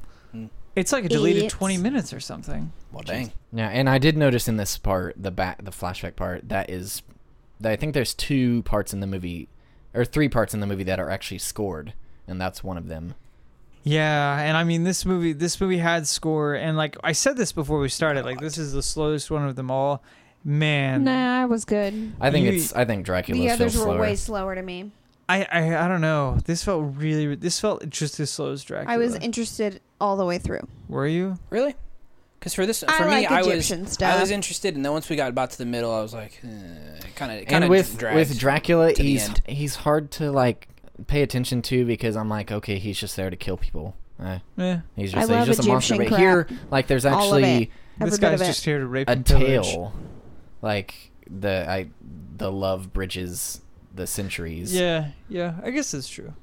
S4: It's like a deleted
S2: Idiots.
S4: 20 minutes or something.
S3: Mm. well, dang.
S1: Yeah, and I did notice in this part, the back, the flashback part, that is, that I think there's two parts in the movie, or three parts in the movie that are actually scored, and that's one of them.
S4: Yeah, and I mean this movie this movie had score and like I said this before we started, like this is the slowest one of them all. Man.
S2: nah, it was good.
S1: I think
S4: You-
S1: it's, I think Dracula
S2: The
S1: feels
S2: others were
S1: slower.
S2: way slower to me.
S4: I, I I don't know. This felt really this felt just as slow as Dracula.
S2: I was interested all the way through.
S4: Were you?
S3: Really? Because for this, for
S2: I
S3: me,
S2: like
S3: I was
S2: Egyptian stuff.
S3: I was interested, and then once we got about to the middle, I was like, "Eh," kind of kind
S1: and
S3: of
S1: with
S3: dragged.
S1: with Dracula,
S3: to the
S1: he's
S3: end.
S1: he's hard to like pay attention to because I'm like, okay, he's just there to kill people. Uh,
S4: Yeah.
S1: he's
S2: I
S1: just,
S2: love
S1: he's just a monster.
S2: Egyptian
S1: But here, like, there's
S2: All of it.
S1: actually
S2: Every
S4: This
S2: bit
S4: guy's
S2: of it.
S4: just here to rape
S1: a
S4: and pillage.
S1: tale, like the I the love bridges the centuries.
S4: Yeah, yeah. I guess it's true.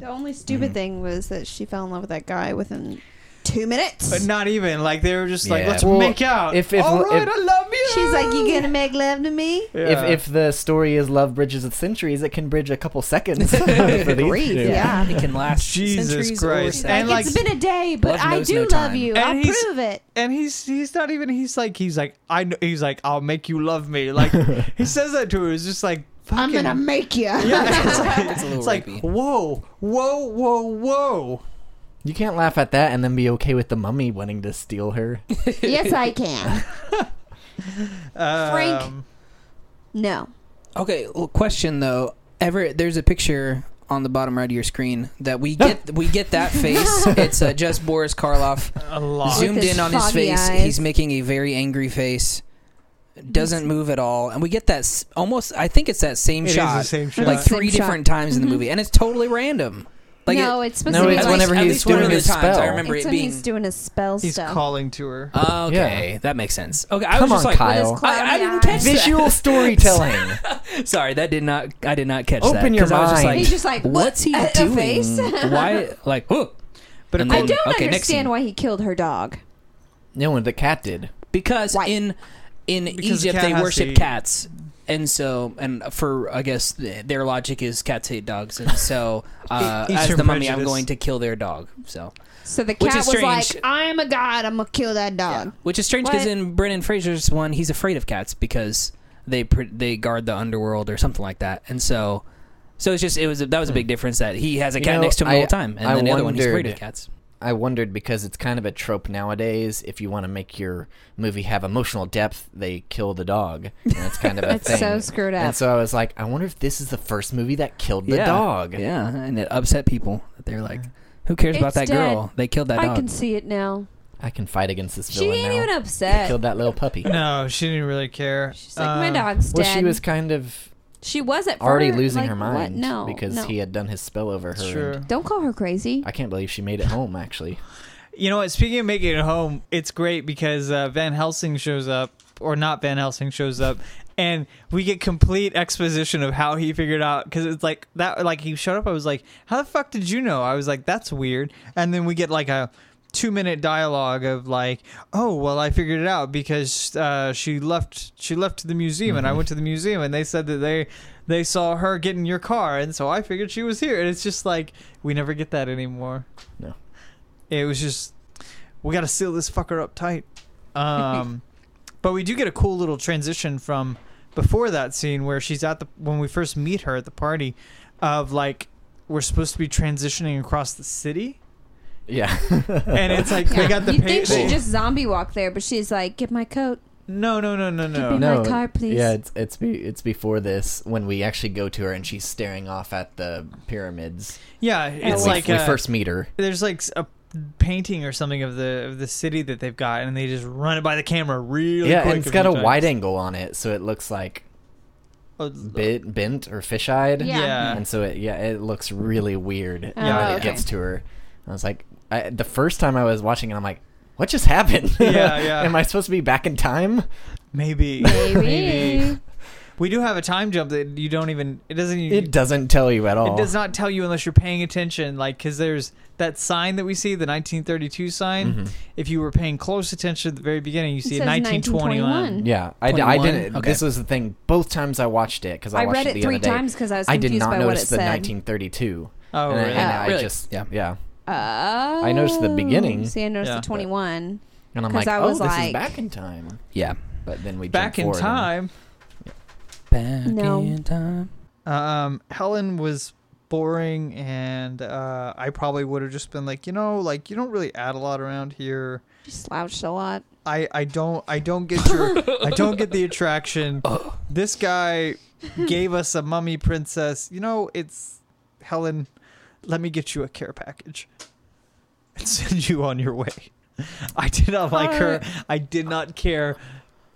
S2: The only stupid
S1: Mhm.
S2: thing was that she fell in love with that guy within two minutes.
S4: But not even like they were just like
S1: Yeah.
S4: let's
S1: Well,
S4: make out.
S1: if- if-
S4: all
S1: if-
S4: right, I love you.
S2: She's like, "You gonna make love to me?"
S4: Yeah.
S1: If if the story is love bridges the centuries, it can bridge a couple seconds. *laughs* for these
S2: Grief,
S1: two.
S2: yeah.
S3: it can last
S4: *laughs* Jesus
S3: centuries or
S4: Christ.
S2: She's
S3: centuries.
S2: like,
S4: And, like-
S2: it's been a day, but
S3: Love
S2: I
S3: knows
S2: do
S3: no
S2: love
S3: time.
S2: you.
S4: And
S2: I'll
S4: he's-
S2: prove it.
S4: and he's he's not even he's like he's like I know he's like I'll make you love me *laughs* like he says that to her it's just like
S2: I'm
S4: fucking
S2: gonna make you.
S4: *laughs* yeah it's like,
S3: That's a little
S4: it's like
S3: rapey.
S4: whoa whoa whoa whoa
S1: You can't laugh at that and then be okay with the mummy wanting to steal
S2: *laughs*
S1: her.
S2: *laughs* yes, I can. Frank.
S4: Um,
S2: No,
S3: okay, well, question though. Ever there's a picture on the bottom right of your screen that we get
S4: *laughs*
S3: we get that face. it's uh, just Boris Karloff
S4: a lot
S2: Zoom-
S3: zoomed
S2: his
S3: in on his
S2: foggy
S3: face.
S2: eyes.
S3: He's making a very angry face. Doesn't move at all, and we get that s- almost. I think it's that same
S4: It is
S3: shot.
S4: the same shot
S3: like
S2: Same
S3: three
S2: shot. Mm-hmm.
S3: different times in the movie, and it's totally random. Like
S2: no,
S3: it,
S2: it's supposed
S1: no,
S2: to be
S1: it's
S2: like uh,
S1: whenever
S3: at
S1: he's
S3: least one
S1: doing
S3: of the
S1: his
S3: times,
S1: spell.
S3: I remember
S2: it's
S3: it
S2: when
S3: being.
S2: he's doing his spell
S4: he's
S2: stuff.
S4: calling to her
S3: okay, that makes sense. Okay, I
S1: Come
S3: was just
S1: on,
S3: like,
S1: Kyle.
S2: With his
S3: I, I
S2: cloudy
S3: didn't
S2: eyes.
S3: catch
S1: Visual storytelling.
S3: that. Sorry, that did not. I did not catch that.
S1: Open your
S3: 'cause I was just
S1: mind.
S2: *laughs*
S3: like,
S2: He's just like,
S3: what's he
S2: "What? A- a
S3: doing?
S2: face?" *laughs*
S3: Why? Like, whoa.
S4: But
S3: And
S4: of
S2: I
S3: then-
S4: course-
S2: don't
S3: okay, next
S2: understand
S3: scene.
S2: why he killed her dog.
S1: no, the cat did.
S3: because
S2: Why?
S3: in in
S4: Because a
S3: Egypt
S4: cat
S3: they
S4: has to
S3: worship
S4: eat.
S3: cats, and so and for I guess th- their logic is cats hate dogs, and
S4: *laughs*
S3: so uh,
S4: Eat
S3: as
S4: your
S3: the mummy, I'm
S4: E-, prejudice.
S3: going to kill their dog. So
S2: So the
S3: Which
S2: cat
S3: is
S2: was like,
S3: strange.
S2: "I'm a god. I'm gonna kill that dog."
S3: which is strange because
S2: What?
S3: in Brendan Fraser's one, he's afraid of cats because they pr- they guard the underworld or something like that, and so. So it's just it was a, that was a big difference that he has a
S1: You
S3: cat
S1: know,
S3: next to him the
S1: I-
S3: whole time, and
S1: I
S3: then the other one he's afraid
S1: wondered-
S3: of cats.
S1: I wondered because it's kind of a trope nowadays. If you want to make your movie have emotional depth, they kill the dog. And that's kind
S2: *laughs*
S1: of a
S2: It's
S1: thing.
S2: so screwed up.
S1: And so I was like, I wonder if this is the first movie that killed the
S3: Yeah.
S1: dog.
S3: Yeah, and it upset people. They're like, Who cares about
S2: It's
S3: that girl? They killed that
S2: I
S3: dog.
S2: can see it now.
S1: I can fight against this
S2: She
S1: villain
S2: ain't
S1: now.
S2: even
S1: He
S2: upset.
S1: killed that little puppy.
S4: No, she didn't really care.
S2: She's like, my
S4: Uh,
S2: dog's
S1: Well,
S2: dead.
S1: she was kind of
S2: She was at
S1: already
S2: first,
S1: losing
S2: like,
S1: her
S2: what?
S1: mind
S2: No,
S1: because
S2: no.
S1: he had done his spell over
S4: It's
S1: her.
S4: true.
S1: and
S2: Don't call her crazy.
S1: I can't believe she made it home. Actually, *laughs*
S4: You know what? Speaking of making it home, it's great because uh, Van Helsing shows up, or not Van Helsing shows up, and we get complete exposition of how he figured out. Because it's like that, like he showed up. I was like, "How the fuck did you know?" I was like, "That's weird." And then we get like a two-minute dialogue of like, "Oh, well, I figured it out because uh, she left. She left the museum, and I went to the museum, and they said that they." They saw her get in your car, and so I figured she was here. And it's just like we never get that anymore.
S1: No.
S4: it was just we got to seal this fucker up tight. Um, but we do get a cool little transition from before that scene where she's at the when we first meet her at the party, of like we're supposed to be transitioning across the city,
S2: *laughs*
S1: yeah.
S4: and it's like we got the
S2: you think
S4: page.
S2: she just zombie walked there, but she's like, "Get my coat."
S4: no, no, no, no,
S2: Give me
S4: no.
S2: my car, please.
S1: Yeah, it's it's be, it's before this when we actually go to her and she's staring off at the pyramids.
S4: Yeah,
S1: when
S4: it's
S1: we,
S4: like
S1: we
S4: uh,
S1: first meet her.
S4: there's like s- a painting or something of the of the city that they've got, and they just run it by the camera really.
S1: yeah,
S4: quick
S1: and it's
S4: a
S1: got
S4: few
S1: a
S4: times.
S1: wide angle on it, so it looks like
S4: Oh,
S1: bit bent or fisheyed.
S2: Yeah.
S1: *laughs*
S4: Yeah.
S1: And so it yeah, it looks really weird
S2: Oh,
S1: when
S4: okay.
S1: it gets to her. I was like, I, the first time I was watching it, I'm like, what just happened? *laughs*
S4: Yeah, yeah.
S1: Am I supposed to be back in time?
S4: Maybe. *laughs*
S2: Maybe.
S4: We do have a time jump that you don't even. It doesn't. Even,
S1: It doesn't tell you at all.
S4: It does not tell you unless you're paying attention, like because there's that sign that we see, the 1932
S1: Mm-hmm.
S4: sign. If you were paying close attention at the very beginning, you see
S2: says
S4: a
S2: 1921.
S4: 1921.
S1: Yeah, I, d- I
S3: 21?
S1: didn't.
S3: Okay.
S1: This was the thing. Both times I watched it because I,
S2: I
S1: watched
S2: read
S1: it
S2: it
S1: the
S2: three
S1: other day.
S2: times because I was
S1: I did
S2: confused
S1: not
S2: by what it
S1: notice the
S2: said.
S1: 1932.
S4: Oh,
S1: and I,
S4: really?
S1: and I
S3: Really?
S1: just
S3: Yeah.
S1: yeah yeah.
S2: Oh.
S1: noticed the beginning.
S2: See, I noticed
S4: Yeah.
S2: the twenty-one.
S1: And I'm
S2: 'Cause
S1: like,
S2: I was
S1: oh, this
S2: like-
S1: is back in time.
S3: yeah.
S1: But then we
S4: Back
S1: jump
S4: in
S1: forward and-
S4: time,
S3: Back
S2: No.
S3: in time.
S4: um, Helen was boring, and uh, I probably would have just been like, you know, like you don't really add a lot around here.
S2: She slouched a lot.
S4: I, I don't I don't get your I don't get the attraction.
S3: *laughs*
S4: This guy gave us a mummy princess. You know, it's Helen. Let me get you a care package and *laughs* send you on your way. I did not like her. I did not care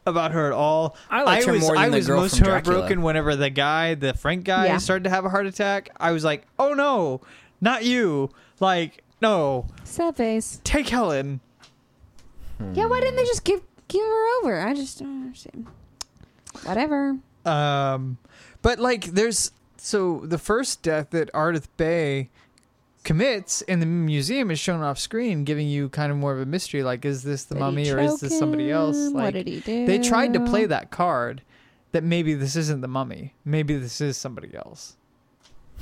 S4: about her at all.
S3: I liked her
S4: was,
S3: more than
S4: I
S3: the
S4: was
S3: girl
S4: most
S3: from Dracula.
S4: heartbroken whenever the guy, the Frank guy,
S2: Yeah.
S4: started to have a heart attack. I was like, oh no, not you. Like, no,
S2: Sad face.
S4: take Helen.
S1: hmm. Mm.
S2: Yeah. Why didn't they just give give her over? I just don't understand. Whatever.
S4: Um, but like, there's so the first death that Ardith Bay commits in the museum is shown off screen, giving you kind of more of a mystery. Like, is this the
S2: Did he
S4: mummy or is
S2: choke
S4: this somebody else?
S2: him? what
S4: Like,
S2: did he do?
S4: they tried to play that card that maybe this isn't the mummy, maybe this is somebody else.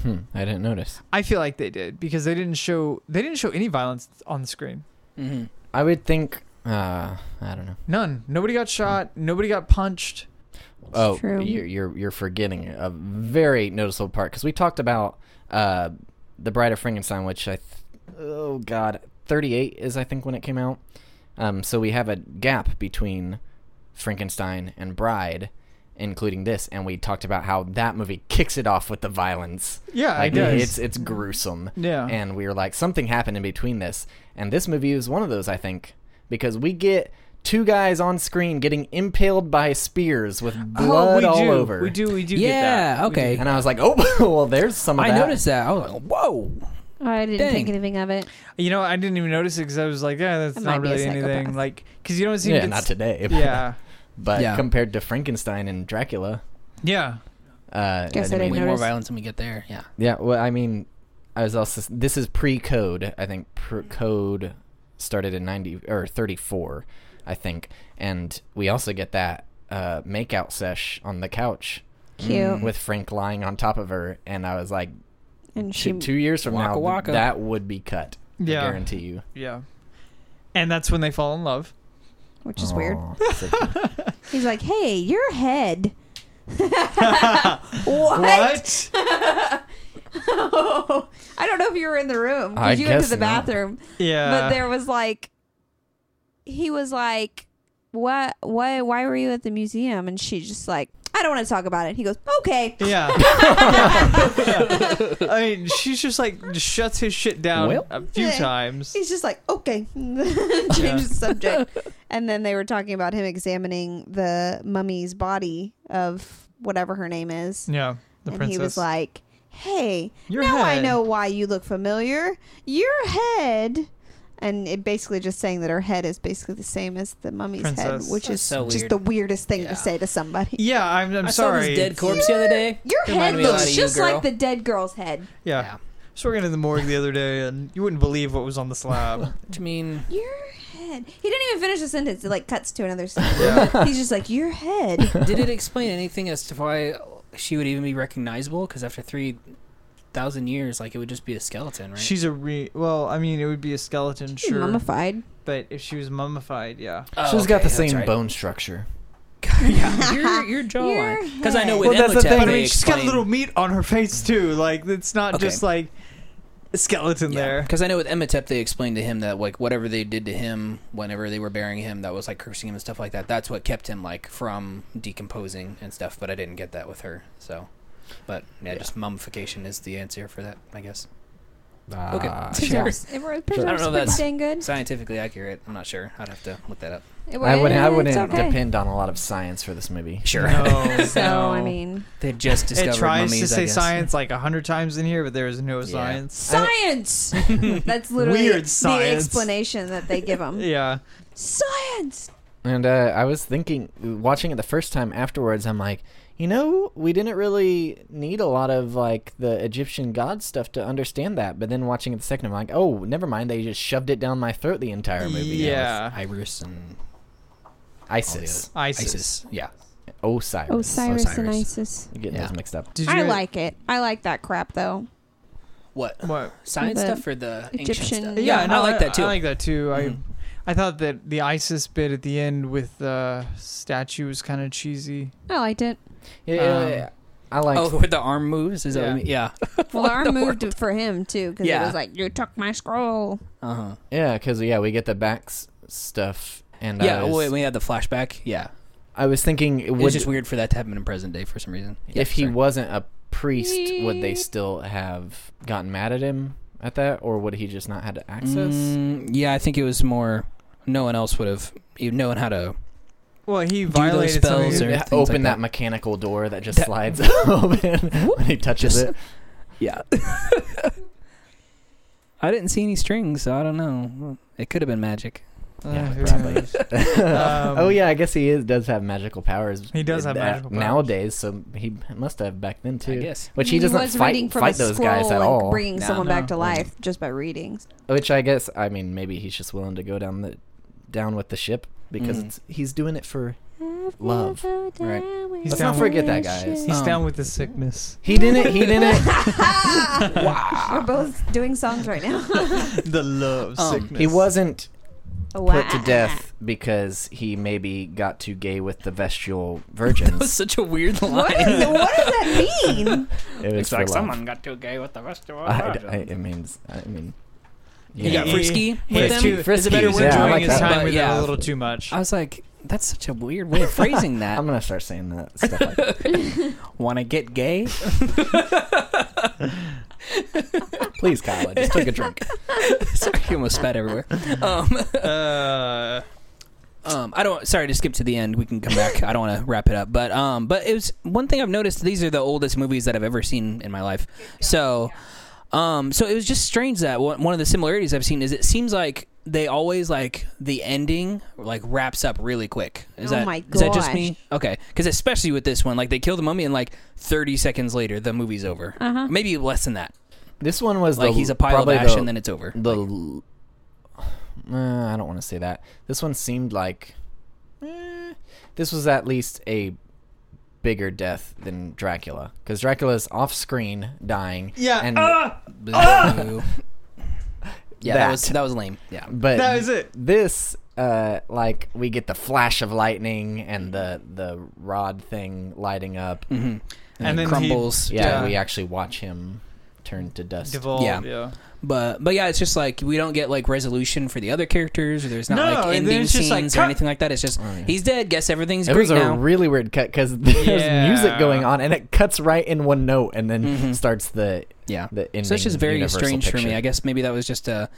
S1: Hmm, I didn't notice.
S4: I feel like they did because they didn't show they didn't show any violence on the screen.
S3: Mm-hmm.
S1: I would think. Uh, I don't know.
S4: None. Nobody got shot. Nobody got punched.
S1: oh,
S2: true.
S1: You're, you're you're forgetting a very noticeable part because we talked about uh, the Bride of Frankenstein, which I th- oh god, 38 is I think when it came out. Um, so we have a gap between Frankenstein and Bride, including this, and we talked about how that movie kicks it off with the violence.
S4: Yeah, I
S1: Like,
S4: guess.
S1: it's it's gruesome.
S4: Uh, Yeah.
S1: And we were like, something happened in between this. And this movie is one of those, I think, because we get two guys on screen getting impaled by spears with blood
S4: Oh, we
S1: all
S4: do.
S1: over.
S4: We do. We do. get that.
S3: Yeah.
S4: We do
S3: Okay.
S1: And I was like, oh, *laughs* well, there's some of
S3: I
S1: that.
S3: noticed that. I was like, whoa.
S2: I didn't
S3: Dang.
S2: think anything of it.
S4: You know, I didn't even notice it because I was like, yeah, that's
S2: That
S4: not
S2: might be a
S4: really anything.
S2: psychopath.
S4: Like, because you don't see.
S1: Yeah, not *laughs* today. But,
S4: Yeah,
S1: But
S3: Yeah.
S1: compared to Frankenstein and Dracula,
S4: yeah.
S1: uh,
S2: Guess I
S1: mean,
S2: didn't
S3: Way more
S2: notice.
S3: violence when we get there. Yeah.
S1: Yeah, well, I mean, I was also this is pre-code. I think
S2: Mm-hmm.
S1: pre-code started in ninety or thirty-four, I think, and we also get that uh, makeout sesh on the couch
S2: Cute.
S1: with Frank lying on top of her, and I was like,
S2: and she
S1: two, two years from now,
S3: Waka waka.
S1: that would be cut.
S4: Yeah.
S1: I guarantee you.
S4: Yeah. And that's when they fall in love.
S2: which is weird.
S1: Aw, that's so
S2: *laughs*
S1: cute.
S2: He's like, "Hey, your
S4: *laughs*
S2: head." what? *laughs* I don't know if you were in the room
S1: I
S2: because you went to
S1: guess
S2: the
S1: not.
S2: bathroom,
S4: Yeah.
S2: but there was like, he was like, "What? Why? Why were you at the museum?" And she just like, I don't want to talk about it. He goes, okay. *laughs*
S4: Yeah. *laughs* I mean, she's just like shuts his shit down
S1: Well.
S4: a few
S2: Yeah.
S4: times.
S2: He's just like, okay, *laughs* changes the subject. And then they were talking about him examining the mummy's body of whatever her name is.
S4: Yeah. The
S2: and
S4: princess.
S2: he was like, hey,
S4: Your
S2: now I
S4: head."
S2: know why you look familiar. Your head. And it basically just saying that her head is basically the same as the mummy's
S4: Princess.
S2: head, which
S3: That's
S2: is
S3: so
S2: just
S3: weird.
S2: the weirdest thing
S3: Yeah.
S2: to say to somebody.
S4: yeah, I'm, I'm
S3: I saw
S4: sorry.
S3: this dead corpse the other day.
S2: Your
S3: It
S2: head
S3: reminded me a lot
S2: looks
S3: of you,
S2: just
S3: girl.
S2: like the dead girl's head.
S4: yeah.
S3: Yeah.
S4: So we're in the morgue the other day, and you wouldn't believe what was on the slab.
S3: Which I mean,
S2: Your head. He didn't even finish the sentence. It like cuts to another sentence.
S4: yeah.
S2: He's just like, your
S3: *laughs*
S2: head.
S3: did it explain anything as to why she would even be recognizable? Because after three thousand years, like it would just be a skeleton, right?
S4: She's a re. Well, I mean, it would be a skeleton,
S2: She's
S4: sure.
S2: mummified.
S4: but if she was mummified, yeah.
S3: oh,
S1: She's got
S3: okay,
S1: the
S3: that's
S1: same
S3: right.
S1: bone structure.
S3: *laughs* yeah, your your jawline. Because I know with
S1: Well, that's the thing.
S3: Emotep,
S4: But I
S3: they
S4: mean, she's got a
S3: explain-
S4: little meat on her face too. Like it's not
S3: Okay.
S4: just like a skeleton there.
S3: Because I know with Emmetep, they explained to him that like whatever they did to him, whenever they were burying him, that was like cursing him and stuff like that. That's what kept him like from decomposing and stuff. But I didn't get that with her. So, but yeah, just mummification is the answer for that, I guess.
S2: *laughs*
S3: Okay.
S1: Ah,
S3: Sure.
S1: yeah.
S2: It was
S1: Sure.
S2: pretty,
S3: I don't know if that's-
S2: dang good.
S3: Scientifically accurate. I'm not sure. I'd have to look that up.
S2: It
S1: I wouldn't. I
S2: was
S1: wouldn't
S2: okay.
S1: depend on a lot of science for this movie.
S3: *laughs* *laughs* Sure.
S4: No,
S2: So
S4: no.
S2: I mean,
S3: they just discovered
S4: it tries
S3: mummies,
S4: to
S3: I
S4: say
S3: guess.
S4: science like a hundred times in here, but there is no
S1: Yeah.
S4: science.
S2: science. *laughs* that's literally
S4: Weird
S2: the
S4: science.
S2: explanation that they give him.
S4: *laughs* Yeah,
S2: Science.
S1: And uh, I was thinking, watching it the first time afterwards, I'm like, you know, we didn't really need a lot of like the Egyptian god stuff to understand that. But then watching it the second, I'm like, oh, never mind. They just shoved it down my throat the entire movie.
S4: Yeah.
S3: Iris and
S1: ISIS,
S4: ISIS.
S3: Isis. Yeah.
S1: Osiris.
S2: Osiris, and
S3: Oh, Osiris.
S2: Isis.
S1: I'm getting
S3: Yeah.
S1: those mixed up.
S4: Did
S2: I like it. I like that crap though.
S3: What?
S4: What?
S3: Science
S2: The
S3: stuff or the
S2: Egyptian-
S3: ancient stuff?
S2: Yeah,
S3: I like that too.
S4: I like that too.
S3: Mhm.
S4: I, I thought that the ISIS bit at the end with the statue was kind of cheesy.
S2: I liked it.
S1: Yeah, yeah,
S4: Um,
S1: yeah. I like.
S3: oh, with the arm moves? Is that what
S4: Yeah.
S3: you mean? Yeah.
S2: Well, our moved for him too because
S3: Yeah.
S2: it was like you took my scroll.
S3: Uh huh.
S1: Yeah, because yeah, we get the back s- stuff. And
S3: Yeah.
S1: I
S3: oh,
S1: was,
S3: wait, we had the flashback. Yeah.
S1: I was thinking, it
S3: It was
S1: would
S3: just weird for that to happen in present day for some reason. Yeah,
S1: if he
S3: sorry.
S1: wasn't a priest, would they still have gotten mad at him at that, or would he just not had access?
S3: Mm, yeah, I think it was more. No one else would have e, known how to.
S4: Well, he
S3: those
S4: violated something.
S3: spells or-
S1: Yeah,
S3: things
S1: open that.
S3: like that.
S1: mechanical door that just
S3: That-
S1: slides open *laughs* when he touches
S3: Just-
S1: it.
S3: Yeah. *laughs* I didn't see any strings, so I don't know. It could have been magic.
S4: Uh,
S1: Yeah,
S4: who
S1: probably.
S4: knows?
S1: *laughs* oh yeah, I guess he is, does have magical powers.
S4: He does have
S1: uh,
S4: magical powers.
S1: nowadays, so he must have back then too.
S3: I guess. *laughs*
S1: Which he doesn't
S2: was reading
S1: fight
S2: from
S1: fight
S2: a
S1: those guys at
S2: scroll and
S1: all.
S2: bringing
S3: No,
S2: someone back
S3: no.
S2: to life just by reading.
S1: Which I guess I mean maybe he's just willing to go down the down with the ship because
S3: Mhm.
S1: it's, he's doing it for Love. Right.
S4: He's
S1: Let's
S4: down
S1: not
S4: with-
S1: forget that guys.
S4: He's
S3: Um,
S4: down with
S3: *laughs*
S4: the sickness.
S1: He didn't he
S2: *laughs*
S1: didn't
S2: We're both doing songs
S1: *laughs*
S2: right now.
S4: the love
S3: Um,
S1: *laughs*
S4: sickness.
S1: he wasn't put to
S2: Wow.
S1: death because he maybe got too gay with the Vestial virgins.
S3: That *laughs* was such a weird line.
S2: What, is,
S3: *laughs*
S2: what does that
S1: *laughs*
S2: mean?
S1: It was for love.
S3: got too gay with the rest of
S1: I, I, it means I mean
S3: You got
S4: Yeah.
S1: *laughs*
S3: frisky
S4: He
S3: with
S4: was
S1: Yeah.
S3: them.
S4: too-
S1: Frisky,
S4: It's better
S1: yeah,
S4: we're
S1: I
S4: doing
S1: like
S4: his
S1: that.
S4: time
S3: But
S4: with it
S3: yeah.
S4: a little too much.
S3: I was like, that's such a
S1: *laughs*
S3: weird way of phrasing
S1: I'm
S4: *laughs*
S3: that.
S1: gonna start saying that stuff. Like that.
S3: Want to get gay?
S1: Please, Kyle, just take a
S3: *laughs*
S1: drink.
S3: Sorry, you almost spat everywhere. Um, *laughs*
S4: uh,
S3: Um, I don't. Sorry to skip to the end. We can come back. I don't want to wrap it up. But um, but it was one thing I've noticed. These are the oldest movies that I've ever seen in my life. So, um, so it was just strange that one one of the similarities I've seen is it seems like they always like the ending like wraps up really quick. Is
S2: Oh
S3: that
S2: my
S3: is that just
S2: gosh.
S3: me? Okay, because especially with this one, like they kill the mummy and like thirty seconds later the movie's over.
S2: Uh-huh.
S3: Maybe less than that.
S1: This one was
S3: Like
S1: the,
S3: he's a pile of
S1: probably
S3: ash
S1: the,
S3: and then it's over.
S1: the. l- *sighs* Uh, I don't want to say that. This one seemed like eh, this was at least a bigger death than Dracula because Dracula's off-screen dying.
S4: yeah,
S1: and
S4: ah,
S1: *laughs* That.
S3: yeah, that was that was lame. Yeah.
S1: but
S4: that is it.
S1: this uh like we get the flash of lightning and the the rod thing lighting up
S3: Mm-hmm.
S4: And
S3: it
S4: then he-
S3: crumbles.
S1: yeah,
S4: Yeah.
S1: we actually watch him turned to dust.
S4: Devolved,
S3: Yeah.
S4: yeah.
S3: But but yeah, it's just like we don't get like resolution for the other characters, or there's not
S4: No,
S3: like
S4: and
S3: ending
S4: then it's
S3: scenes
S4: just like,
S3: or
S4: cut.
S3: anything like that. It's just
S1: Oh, yeah.
S3: he's dead. Guess everything's
S1: It
S3: great
S1: was a
S3: now.
S1: really weird cut because *laughs* there's
S4: Yeah.
S1: music going on and it cuts right in one note and then
S3: Mhm.
S1: starts the
S3: yeah.
S1: the ending.
S3: So it's just very
S1: universal
S3: strange for me.
S1: picture.
S3: I guess maybe that was just a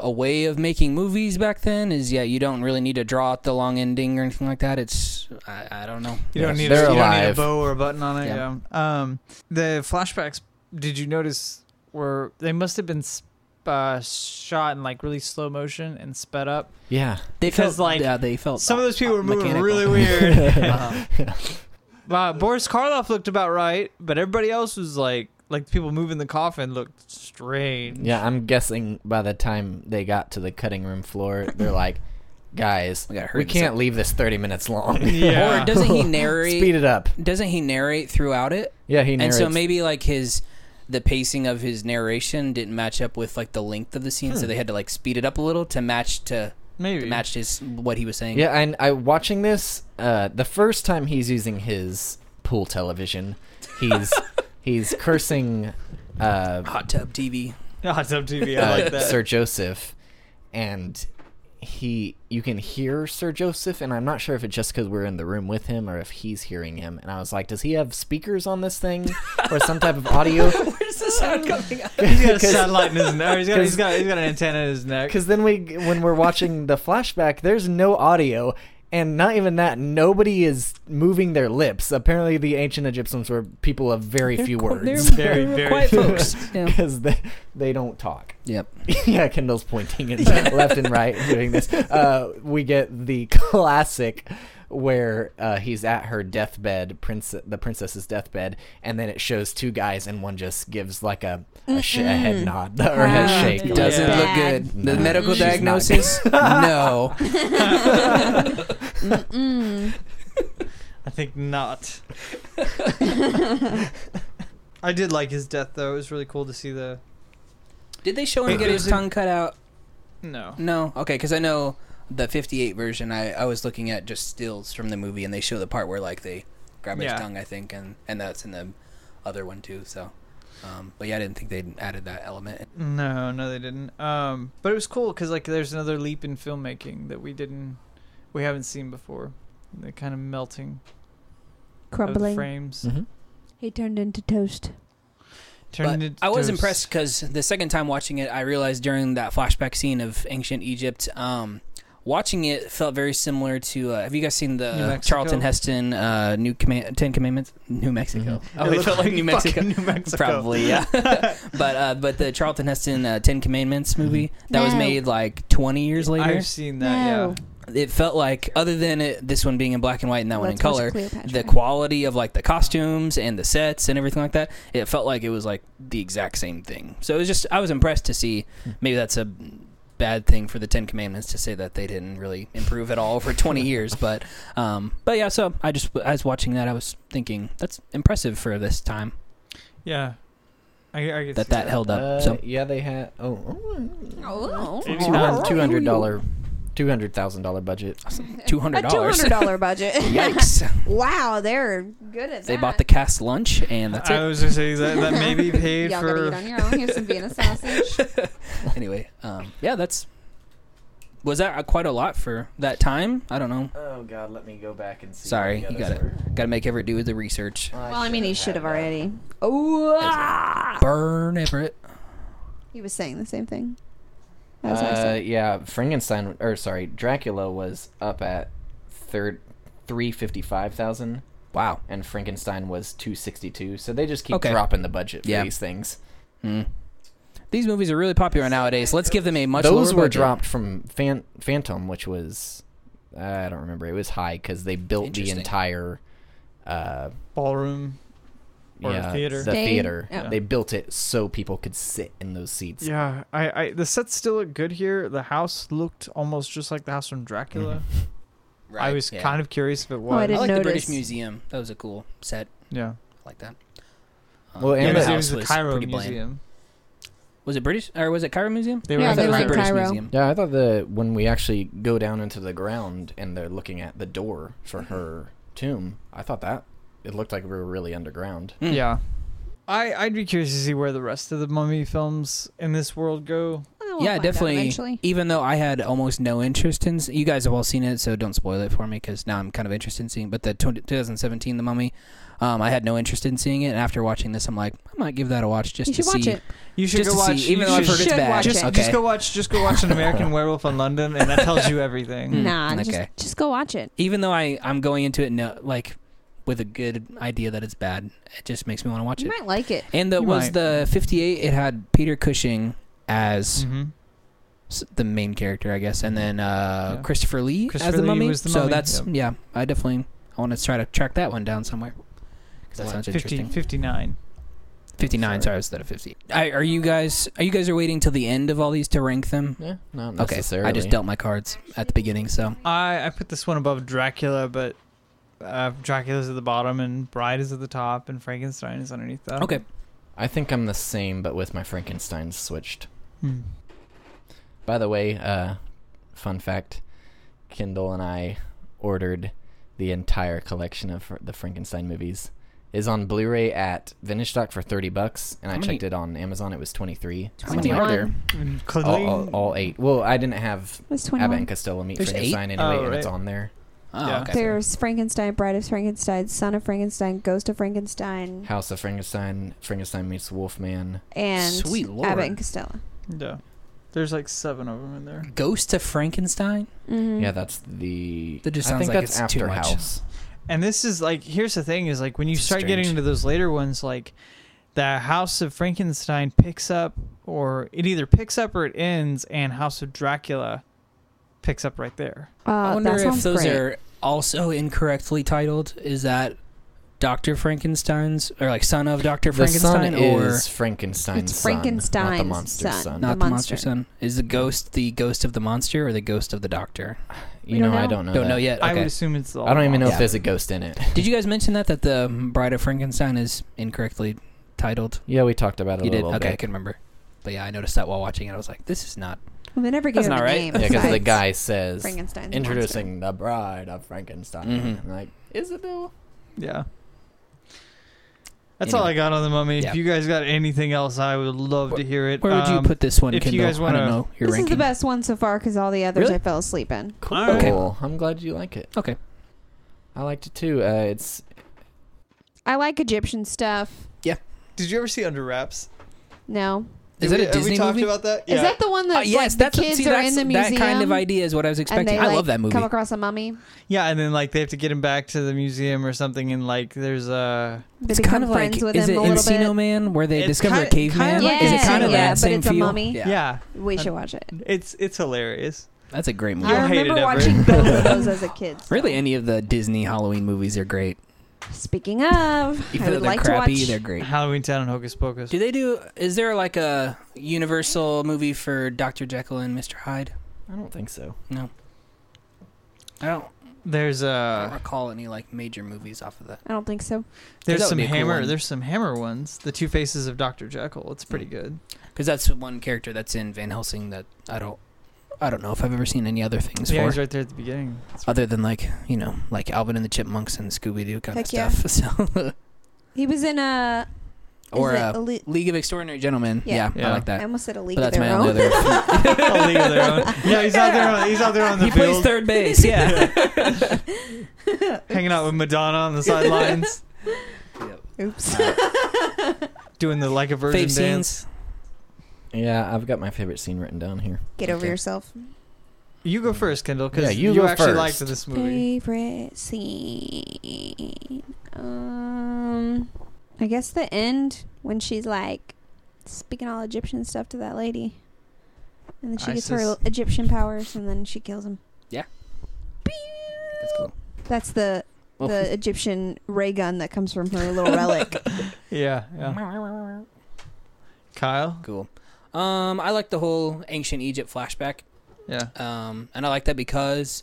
S3: a way of making movies back then. Is yeah, you don't really need to draw out the long ending or anything like that. It's I, I don't know.
S4: You
S1: Yes,
S4: don't need a,
S1: they're
S4: you don't need a
S1: alive.
S4: bow or a button on it.
S3: Yeah.
S4: Yeah. Um, the flashbacks. Did you notice were they must have been sp- uh, shot in like really slow motion and sped up?
S1: Yeah.
S3: They
S4: Because,
S3: felt
S4: like,
S3: yeah, they felt
S4: Some of those people
S3: uh,
S4: were moving
S3: mechanical.
S4: really weird.
S3: *laughs* Uh-huh.
S4: uh, Boris Karloff looked about right, but everybody else was like, like the people moving the coffin looked strange.
S1: Yeah, I'm guessing by the time they got to the cutting room floor, they're like, guys,
S3: *laughs* We gotta hurry
S1: we
S3: this
S1: can't leave this 30 minutes
S3: *laughs*
S1: long.
S4: Yeah.
S3: Or
S4: *laughs*
S3: doesn't he
S1: *laughs*
S3: narrate?
S1: Speed it up.
S3: Doesn't he narrate throughout it?
S1: Yeah, he
S3: and
S1: narrates.
S3: so maybe like his the pacing of his narration didn't match up with like the length of the scene, so they had to like speed it up a little to match to, to
S4: maybe.
S3: match his what he was saying.
S1: Yeah, and I watching this, uh, the first time he's using his pool television, he's
S4: *laughs*
S1: he's cursing uh,
S3: Hot tub TV.
S4: *laughs* Oh, it's up to you.
S1: uh,
S4: I like that.
S1: Sir Joseph, and he you can hear Sir Joseph, and I'm not sure if it's just because we're in the room with him or if he's hearing him. And I was like, does he have speakers on this thing or some type of
S2: *laughs*
S4: *laughs*
S1: audio? *laughs*
S3: Where's the sound coming out?
S4: He's got a
S1: 'Cause-
S4: satellite in his neck. He's got,
S1: Cause-
S4: he's got, he's got an antenna in his neck.
S1: Because then we when we're watching the flashback, there's no audio. And not even that, nobody is moving their lips. Apparently, the ancient Egyptians were people of very few words.
S4: Very, very
S3: quiet
S4: few
S1: *laughs*
S3: folks.
S2: *laughs*
S3: Yeah.
S1: because they, they don't talk. *laughs*
S3: Yep.
S1: yeah, Kendall's pointing it left and right doing this. Uh, we get the *laughs* classic where uh, he's at her deathbed, prince, the princess's deathbed, and then it shows two guys, and one just gives like a, a, sh- a head nod or a head
S4: Ah.
S2: Wow.
S1: shake.
S4: Yeah.
S3: Ah, Doesn't
S4: Yeah.
S3: look
S2: Bad.
S3: good. The
S1: No.
S3: medical
S1: She's not
S3: diagnosis? no.
S4: I think
S3: *laughs*
S4: not. I did like his death though. It was really cool to see the.
S3: Did they show him
S4: Wait,
S3: get his
S4: is it-
S3: tongue cut out?
S4: No.
S3: No. Okay, because I know the 58 version, I, I was looking at just stills from the movie, and they show the part where, like, they grab his
S4: Yeah.
S3: tongue, I think, and, and that's in the other one, too. So, um, but yeah, I didn't think they'd added that element.
S4: No, no, they didn't. Um, but it was cool because like there's another leap in filmmaking that we didn't, we haven't seen before. The kind of melting of the
S2: Crumbling.
S3: Mm.
S4: frames
S1: Mhm.
S2: He turned into toast.
S4: turned
S3: But
S4: into.
S3: I was
S4: those-
S3: impressed because the second time watching it, I realized during that flashback scene of ancient Egypt, um, watching it felt very similar to. Uh, have you guys seen
S4: New
S3: the
S4: Mexico?
S3: Charlton Heston uh, New Command, Ten Commandments? New Mexico. Oh, it,
S4: Mm-hmm. looked
S3: felt like New Mexico.
S4: fucking New Mexico.
S3: Probably, yeah. *laughs* but uh, but the Charlton Heston uh, Ten Commandments movie that was
S2: No.
S3: made like 20 years later.
S4: I've seen that.
S2: No.
S3: It felt like other than it, this one being in black and white and that one in
S2: Let's watch
S3: color,
S2: Cleopatra.
S3: the quality of like the costumes and the sets and everything like that it felt like it was like the exact same thing so it was just i was impressed to see maybe that's a bad thing for the 10 commandments to say that they didn't really improve at all for 20 years but um but yeah so i just i was watching that i was thinking that's impressive for this time
S4: Yeah. Yeah. I, I could
S3: that
S4: see
S3: that held up
S1: Uh,
S3: so
S1: yeah, they had oh,
S2: Oh.
S4: Maybe not
S1: two hundred dollar, two hundred thousand dollar budget.
S2: A
S3: $200
S2: two hundred
S1: *laughs*
S2: dollar budget.
S3: yikes
S2: wow, they're good at that.
S3: *laughs* they bought the cast lunch and that's
S4: I
S3: it
S4: was gonna
S3: *laughs*
S4: say that that
S2: *laughs*
S4: maybe paid
S2: Y'all gotta eat
S4: for.
S2: on your own. Here's some Vienna sausage.
S3: anyway um yeah that's was that uh, quite a lot for that time i don't know
S1: Oh God, let me go back and see.
S3: Sorry, you got it. Gotta make Everett do the research.
S2: well, I mean, he should have already. Oh, ah!
S3: Burn Everett.
S2: he was saying the same thing. That was what I
S1: Uh,
S2: said.
S1: yeah, Frankenstein or sorry, Dracula was up at third three fifty five thousand,
S3: Wow.
S1: and Frankenstein was two sixty two. So they just keep
S3: Okay.
S1: dropping the budget for
S3: Yeah.
S1: these things.
S3: Hmm. These movies are really popular nowadays. Let's give them a much
S1: Those
S3: lower
S1: were
S3: budget.
S1: dropped from Fan- Phantom, which was I don't remember. It was high because they built the
S3: Interesting.
S1: entire. Uh,
S4: ballroom Or a theater.
S1: The
S2: Stage?
S1: theater.
S2: Yeah.
S1: They built it so people could sit in those seats.
S4: Yeah, I, I the sets still look good here. The house looked almost just like the house from Dracula.
S3: Mm-hmm.
S4: I was kind of curious if it was.
S2: Oh, I
S3: I
S2: didn't
S3: like the
S2: notice.
S3: British Museum. That was a cool set.
S4: Yeah,
S3: I like that. Um,
S1: Well,
S4: yeah,
S1: and
S4: it
S1: the
S4: was, it
S3: house
S4: was the
S3: was
S4: Cairo
S3: pretty bland.
S4: Museum.
S3: Was it British or was it Cairo Museum?
S4: They
S2: Yeah,
S4: were
S3: I
S4: in
S3: thought
S2: they
S3: it
S4: the
S3: was
S2: were
S3: the
S2: in
S4: Cairo.
S3: British
S2: Cairo.
S3: Museum.
S1: Yeah, I thought the when we actually go down into the ground and they're looking at the door for her tomb, I thought that it looked like we were really underground.
S3: Mm.
S4: Yeah, I I'd be curious to see where the rest of the mummy films in this world go.
S2: We'll
S3: yeah,
S2: find out
S3: definitely.
S2: eventually.
S3: Even though I had almost no interest in, you guys have all seen it, so don't spoil it for me because now I'm kind of interested in seeing. But the 20, 2017, The Mummy, um, I had no interest in seeing it, and after watching this, I'm like, I might give that a watch just
S2: You
S3: to
S2: should watch
S3: see.
S2: it.
S4: You should
S3: Just
S4: go
S3: to see,
S4: watch.
S3: even
S4: you
S3: though I've
S4: should-
S3: heard it's
S2: should
S3: bad.
S2: watch
S4: just,
S2: it.
S4: just
S3: Okay.
S4: go watch. Just go watch
S3: *laughs*
S4: an American Werewolf in London, and that tells you everything.
S3: Mm,
S2: Nah,
S3: okay.
S2: just just go watch it.
S3: Even though I I'm going into it no, like with a good idea that it's bad, it just makes me want to watch
S2: You
S3: it.
S2: might like it.
S3: And that
S4: You
S3: was
S4: might.
S3: the 58. It had Peter Cushing as
S4: Mhm.
S3: s- the main character, I guess, and then uh,
S4: Mm-hmm. Yeah.
S3: Christopher Lee
S4: Christopher
S3: as the
S4: Lee
S3: mummy.
S4: was the
S3: so
S4: mummy,
S3: that's
S4: yep.
S3: yeah. I definitely I want to try to track that one down somewhere. 'Cause that
S5: What?
S3: sounds
S4: 50,
S3: interesting.
S4: 59.
S5: Sorry.
S3: 59 sorry instead of 50 I, are you guys are you guys are waiting till the end of all these to rank them
S5: Yeah, not
S3: okay
S5: necessarily.
S3: i just dealt my cards at the beginning so
S4: I I put this one above Dracula, but uh, Dracula's at the bottom, and Bride is at the top, and Frankenstein is underneath that.
S3: okay
S5: I think I'm the same, but with my Frankenstein switched.
S4: Hmm.
S5: By the way, uh, fun fact: Kendall and I ordered the entire collection of fr- the Frankenstein movies. Is on Blu-ray at Vintage Stock for thirty bucks, and I
S3: How many-
S5: checked it on Amazon. It was twenty-three.
S3: how many
S5: Something
S3: are
S5: like
S3: there
S4: And
S5: that. All, all,
S4: Colleen-
S5: all eight. Well, I didn't have
S2: It was
S5: Abbott and
S2: 21.
S5: Costello meet
S3: There's eight?
S5: Frankenstein anyway,
S4: Oh,
S5: and it's
S4: right.
S5: on there.
S3: oh
S4: Yeah.
S3: okay
S2: There's Frankenstein, Bride of Frankenstein, Son of Frankenstein, Ghost of Frankenstein,
S5: House of Frankenstein, Frankenstein meets Wolfman.
S2: and
S3: Sweet lord.
S2: Abbott and Costello.
S4: Yeah. There's like seven of them in there.
S3: ghost of frankenstein
S2: Mhm.
S5: Yeah, that's the.
S3: That just
S5: I
S3: sounds
S5: think
S3: like
S5: that's
S3: it's
S5: after
S3: too much.
S5: House.
S4: And this is like, here's the thing is like when you
S3: It's
S4: start getting
S3: strange.
S4: into those later ones, like the House of Frankenstein picks up, or it either picks up or it ends, and House of Dracula picks up right there.
S2: Uh,
S3: i wonder
S2: that
S3: if
S2: sounds
S3: those
S2: great.
S3: are also incorrectly titled is that dr frankenstein's or like son of dr
S5: The
S3: frankenstein
S5: son
S3: or
S5: is Frankenstein's
S2: It's
S5: son, not the
S2: Frankenstein's
S5: monster's
S2: son.
S5: son.
S3: not the, monster
S2: monster.
S3: son is the ghost the ghost of the monster or the ghost of the doctor
S5: you
S2: We
S5: know,
S2: don't
S5: I
S2: know.
S5: don't know.
S3: don't
S5: that.
S3: know yet okay.
S4: I would assume it's the.
S5: I don't even know
S3: Yeah.
S5: if there's a ghost in it.
S3: Did you guys mention that that the Bride of Frankenstein is incorrectly titled?
S5: *laughs* Yeah, we talked about it
S3: You
S5: a
S3: did.
S5: little
S3: Okay, I
S5: bit.
S3: can remember. But yeah, I noticed that while watching it. I was like, this is not.
S2: Well, they never
S3: That's
S2: gave him
S3: not
S2: a
S3: right.
S2: name.
S5: Yeah, because the
S2: besides
S5: guy says
S2: Frankenstein's monster.
S5: introducing the bride of Frankenstein.
S3: Mhm.
S5: I'm like, is it though?
S4: Yeah. That's all
S3: Anyway.
S4: I got on the mummy.
S3: Yeah.
S4: If you guys got anything else, I would love to hear it.
S3: Where would you
S4: Um,
S3: put this one,
S4: if you
S3: Kindle?
S4: guys
S3: I
S4: wanna-
S3: don't know. Your
S2: This
S3: ranking.
S2: is the best one so far because all the others
S3: Really?
S2: I fell asleep in.
S5: Cool.
S4: All right.
S5: I'm glad you like it.
S3: Okay.
S5: I liked it too. Uh, it's
S2: I like Egyptian stuff.
S4: Did you ever see Under Wraps?
S2: No,
S3: Is it
S4: Did
S3: a
S4: we- have
S3: Disney
S4: we talked
S3: movie?
S4: about that?
S2: is that the one that
S3: Uh, yes,
S2: like,
S3: that's
S2: the kids
S3: see,
S2: are
S3: that's,
S2: in the museum?
S3: That kind of idea is what I was
S2: And
S3: expecting.
S2: they
S3: I
S2: like,
S3: love that movie.
S2: Come across a mummy.
S4: yeah, and then like they have to get him back to the museum or something, and like there's a.
S2: They
S3: It's
S2: become
S3: kind of like
S2: friends with
S3: is
S2: him
S3: it
S2: a little
S3: Encino
S2: bit.
S3: Man where they
S4: It's
S3: discover a
S4: kinda-
S3: caveman?
S4: kinda like
S3: is it
S2: Encino
S3: kind of
S2: Man,
S3: that
S2: but
S3: same
S2: it's a
S3: feel?
S2: mummy.
S3: Yeah.
S4: Yeah.
S2: We should watch it.
S4: it's it's hilarious.
S3: that's a great movie.
S4: You'll
S2: I
S4: hate
S2: remember
S4: it, Everett.
S2: watching both of those as a kid. so-
S3: Really, any of the Disney Halloween movies are great.
S2: Speaking of,
S3: Even
S2: I
S3: though
S2: would
S3: they're
S2: like
S3: crappy,
S2: to
S3: they're
S2: watch.
S3: great.
S4: Halloween Town and Hocus Pocus.
S3: Do they do? Is there like a Universal movie for Doctor Jekyll and Mister Hyde?
S5: I don't think so.
S3: I don't,
S4: There's
S3: I don't
S4: uh
S3: recall any like major movies off of that.
S2: I don't think so.
S4: there's
S3: that would
S4: some
S3: be a cool
S4: hammer
S3: one.
S4: there's some hammer ones. The Two Faces of Doctor Jekyll. It's pretty good.
S3: Because that's one character that's in Van Helsing that I don't, I don't know if I've ever seen any other things
S4: yeah,
S3: for
S4: he's right there at the beginning. It's-
S3: other than like you know like Alvin and the Chipmunks and Scooby Doo kind
S2: Heck
S3: of
S2: yeah.
S3: stuff. *laughs* So
S2: He was in a
S3: or
S2: is it
S3: uh,
S2: a le-
S3: League of Extraordinary Gentlemen.
S2: Yeah.
S3: Yeah,
S4: Yeah.
S3: I like
S2: I
S3: that.
S2: almost said a league of
S3: But that's
S2: their
S3: my
S2: own.
S3: only other.
S4: *laughs*
S3: *laughs*
S4: *laughs* a league of their own. Yeah, he's out there. On, he's out there on the
S3: he plays
S4: field,
S3: third *laughs* base.
S4: *laughs*
S3: Yeah.
S4: hanging out with Madonna on the sidelines,
S2: *laughs* Oops.
S4: doing the like a virgin
S3: Fave
S4: dance.
S3: scenes.
S5: Yeah, I've got my favorite scene written down here.
S2: *laughs* Get over
S3: Okay.
S2: yourself.
S4: You go first, Kendall, because
S5: Yeah,
S4: you,
S5: you go
S4: actually
S5: first.
S4: liked this movie.
S2: Favorite scene. Um, I guess the end when she's like speaking all Egyptian stuff to that lady, and then she gets her
S4: Isis.
S2: l- Egyptian powers, and then she kills him.
S3: Yeah.
S2: Pew!
S3: That's cool.
S2: That's the
S3: Oh.
S2: the
S3: *laughs*
S2: Egyptian ray gun that comes from her little relic.
S4: Yeah, yeah. Kyle.
S3: Cool. Um, I like the whole ancient Egypt flashback.
S4: Yeah.
S3: Um, and I like that because,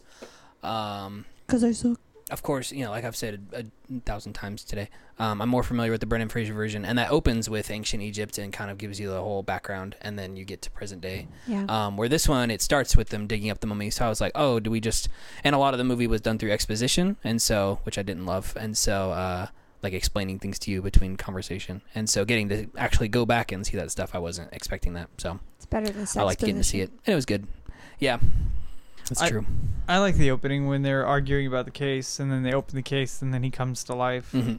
S3: um,
S2: Because I suck.
S3: of course, you know, like I've said a, a thousand times today, um, I'm more familiar with the Brendan Fraser version, and that opens with ancient Egypt and kind of gives you the whole background, and then you get to present day.
S2: Yeah.
S3: Um, where this one, it starts with them digging up the mummy. So I was like, oh, do we just? And a lot of the movie was done through exposition, and so which I didn't love, and so uh, like explaining things to you between conversation. And so getting to actually go back and see that stuff, I wasn't expecting that. So
S2: It's better than sex
S3: I liked getting to see it,
S2: position.
S3: and it was good. Yeah, that's
S4: I-
S3: true.
S4: I like the opening when they're arguing about the case, and then they open the case, and then he comes to life.
S3: Mhm.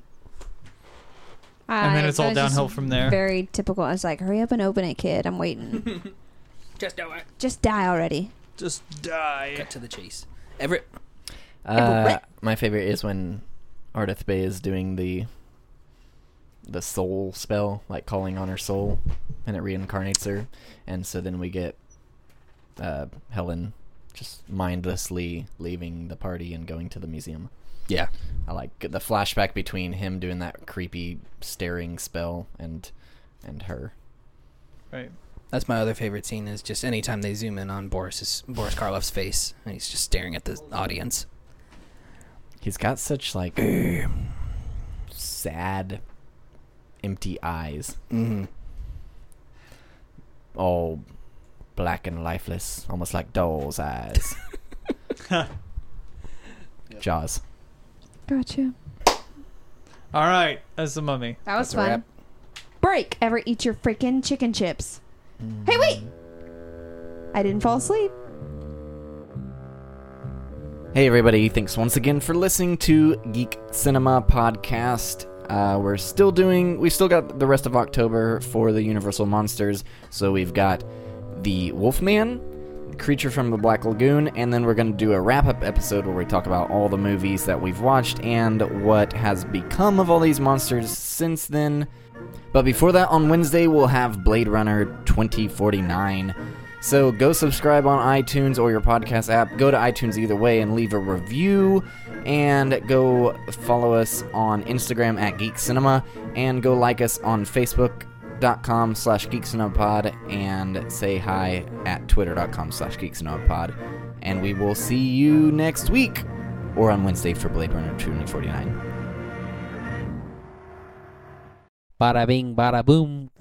S4: And then
S2: I-
S4: it's all
S2: that was just
S4: downhill from there.
S2: Very typical. I was like, hurry up and open it, kid. I'm
S3: *laughs*
S2: waiting.
S3: Just do it.
S2: Just die already.
S4: Just die.
S3: Cut to the chase. Everett.
S5: Uh, my favorite is when Ardeth Bay is doing the the soul spell, like calling on her soul, and it reincarnates her, and so then we get uh, Helen just mindlessly leaving the party and going to the museum.
S3: Yeah.
S5: I like the flashback between him doing that creepy staring spell and and her.
S4: Right.
S3: That's my other favorite scene is just anytime they zoom in on Boris's Boris Karloff's face and he's just staring at the audience.
S5: He's got such like sad, empty eyes.
S3: Mm-hmm.
S5: all black and lifeless, almost like doll's eyes. Jaws.
S2: Gotcha.
S4: All right. That's the mummy.
S2: That was
S3: That's a
S2: fun.
S3: wrap.
S2: Break. Ever eat your freaking chicken chips? Hey, wait. I didn't fall asleep.
S1: Hey, everybody. Thanks once again for listening to Geek Cinema Podcast. Uh, we're still doing, we still got the rest of October for the Universal Monsters. So we've got the Wolfman, Creature from the Black Lagoon, and then we're going to do a wrap up episode where we talk about all the movies that we've watched and what has become of all these monsters since then. But before that, on Wednesday, we'll have Blade Runner 2049. So go subscribe on iTunes or your podcast app. Go to iTunes either way and leave a review. And go follow us on Instagram at Geek Cinema. And go like us on Facebook.com slash Geek Cinema Pod. And say hi at Twitter.com slash Geek Cinema Pod. And we will see you next week or on Wednesday for Blade Runner 2049.
S6: Bada bing, bada boom.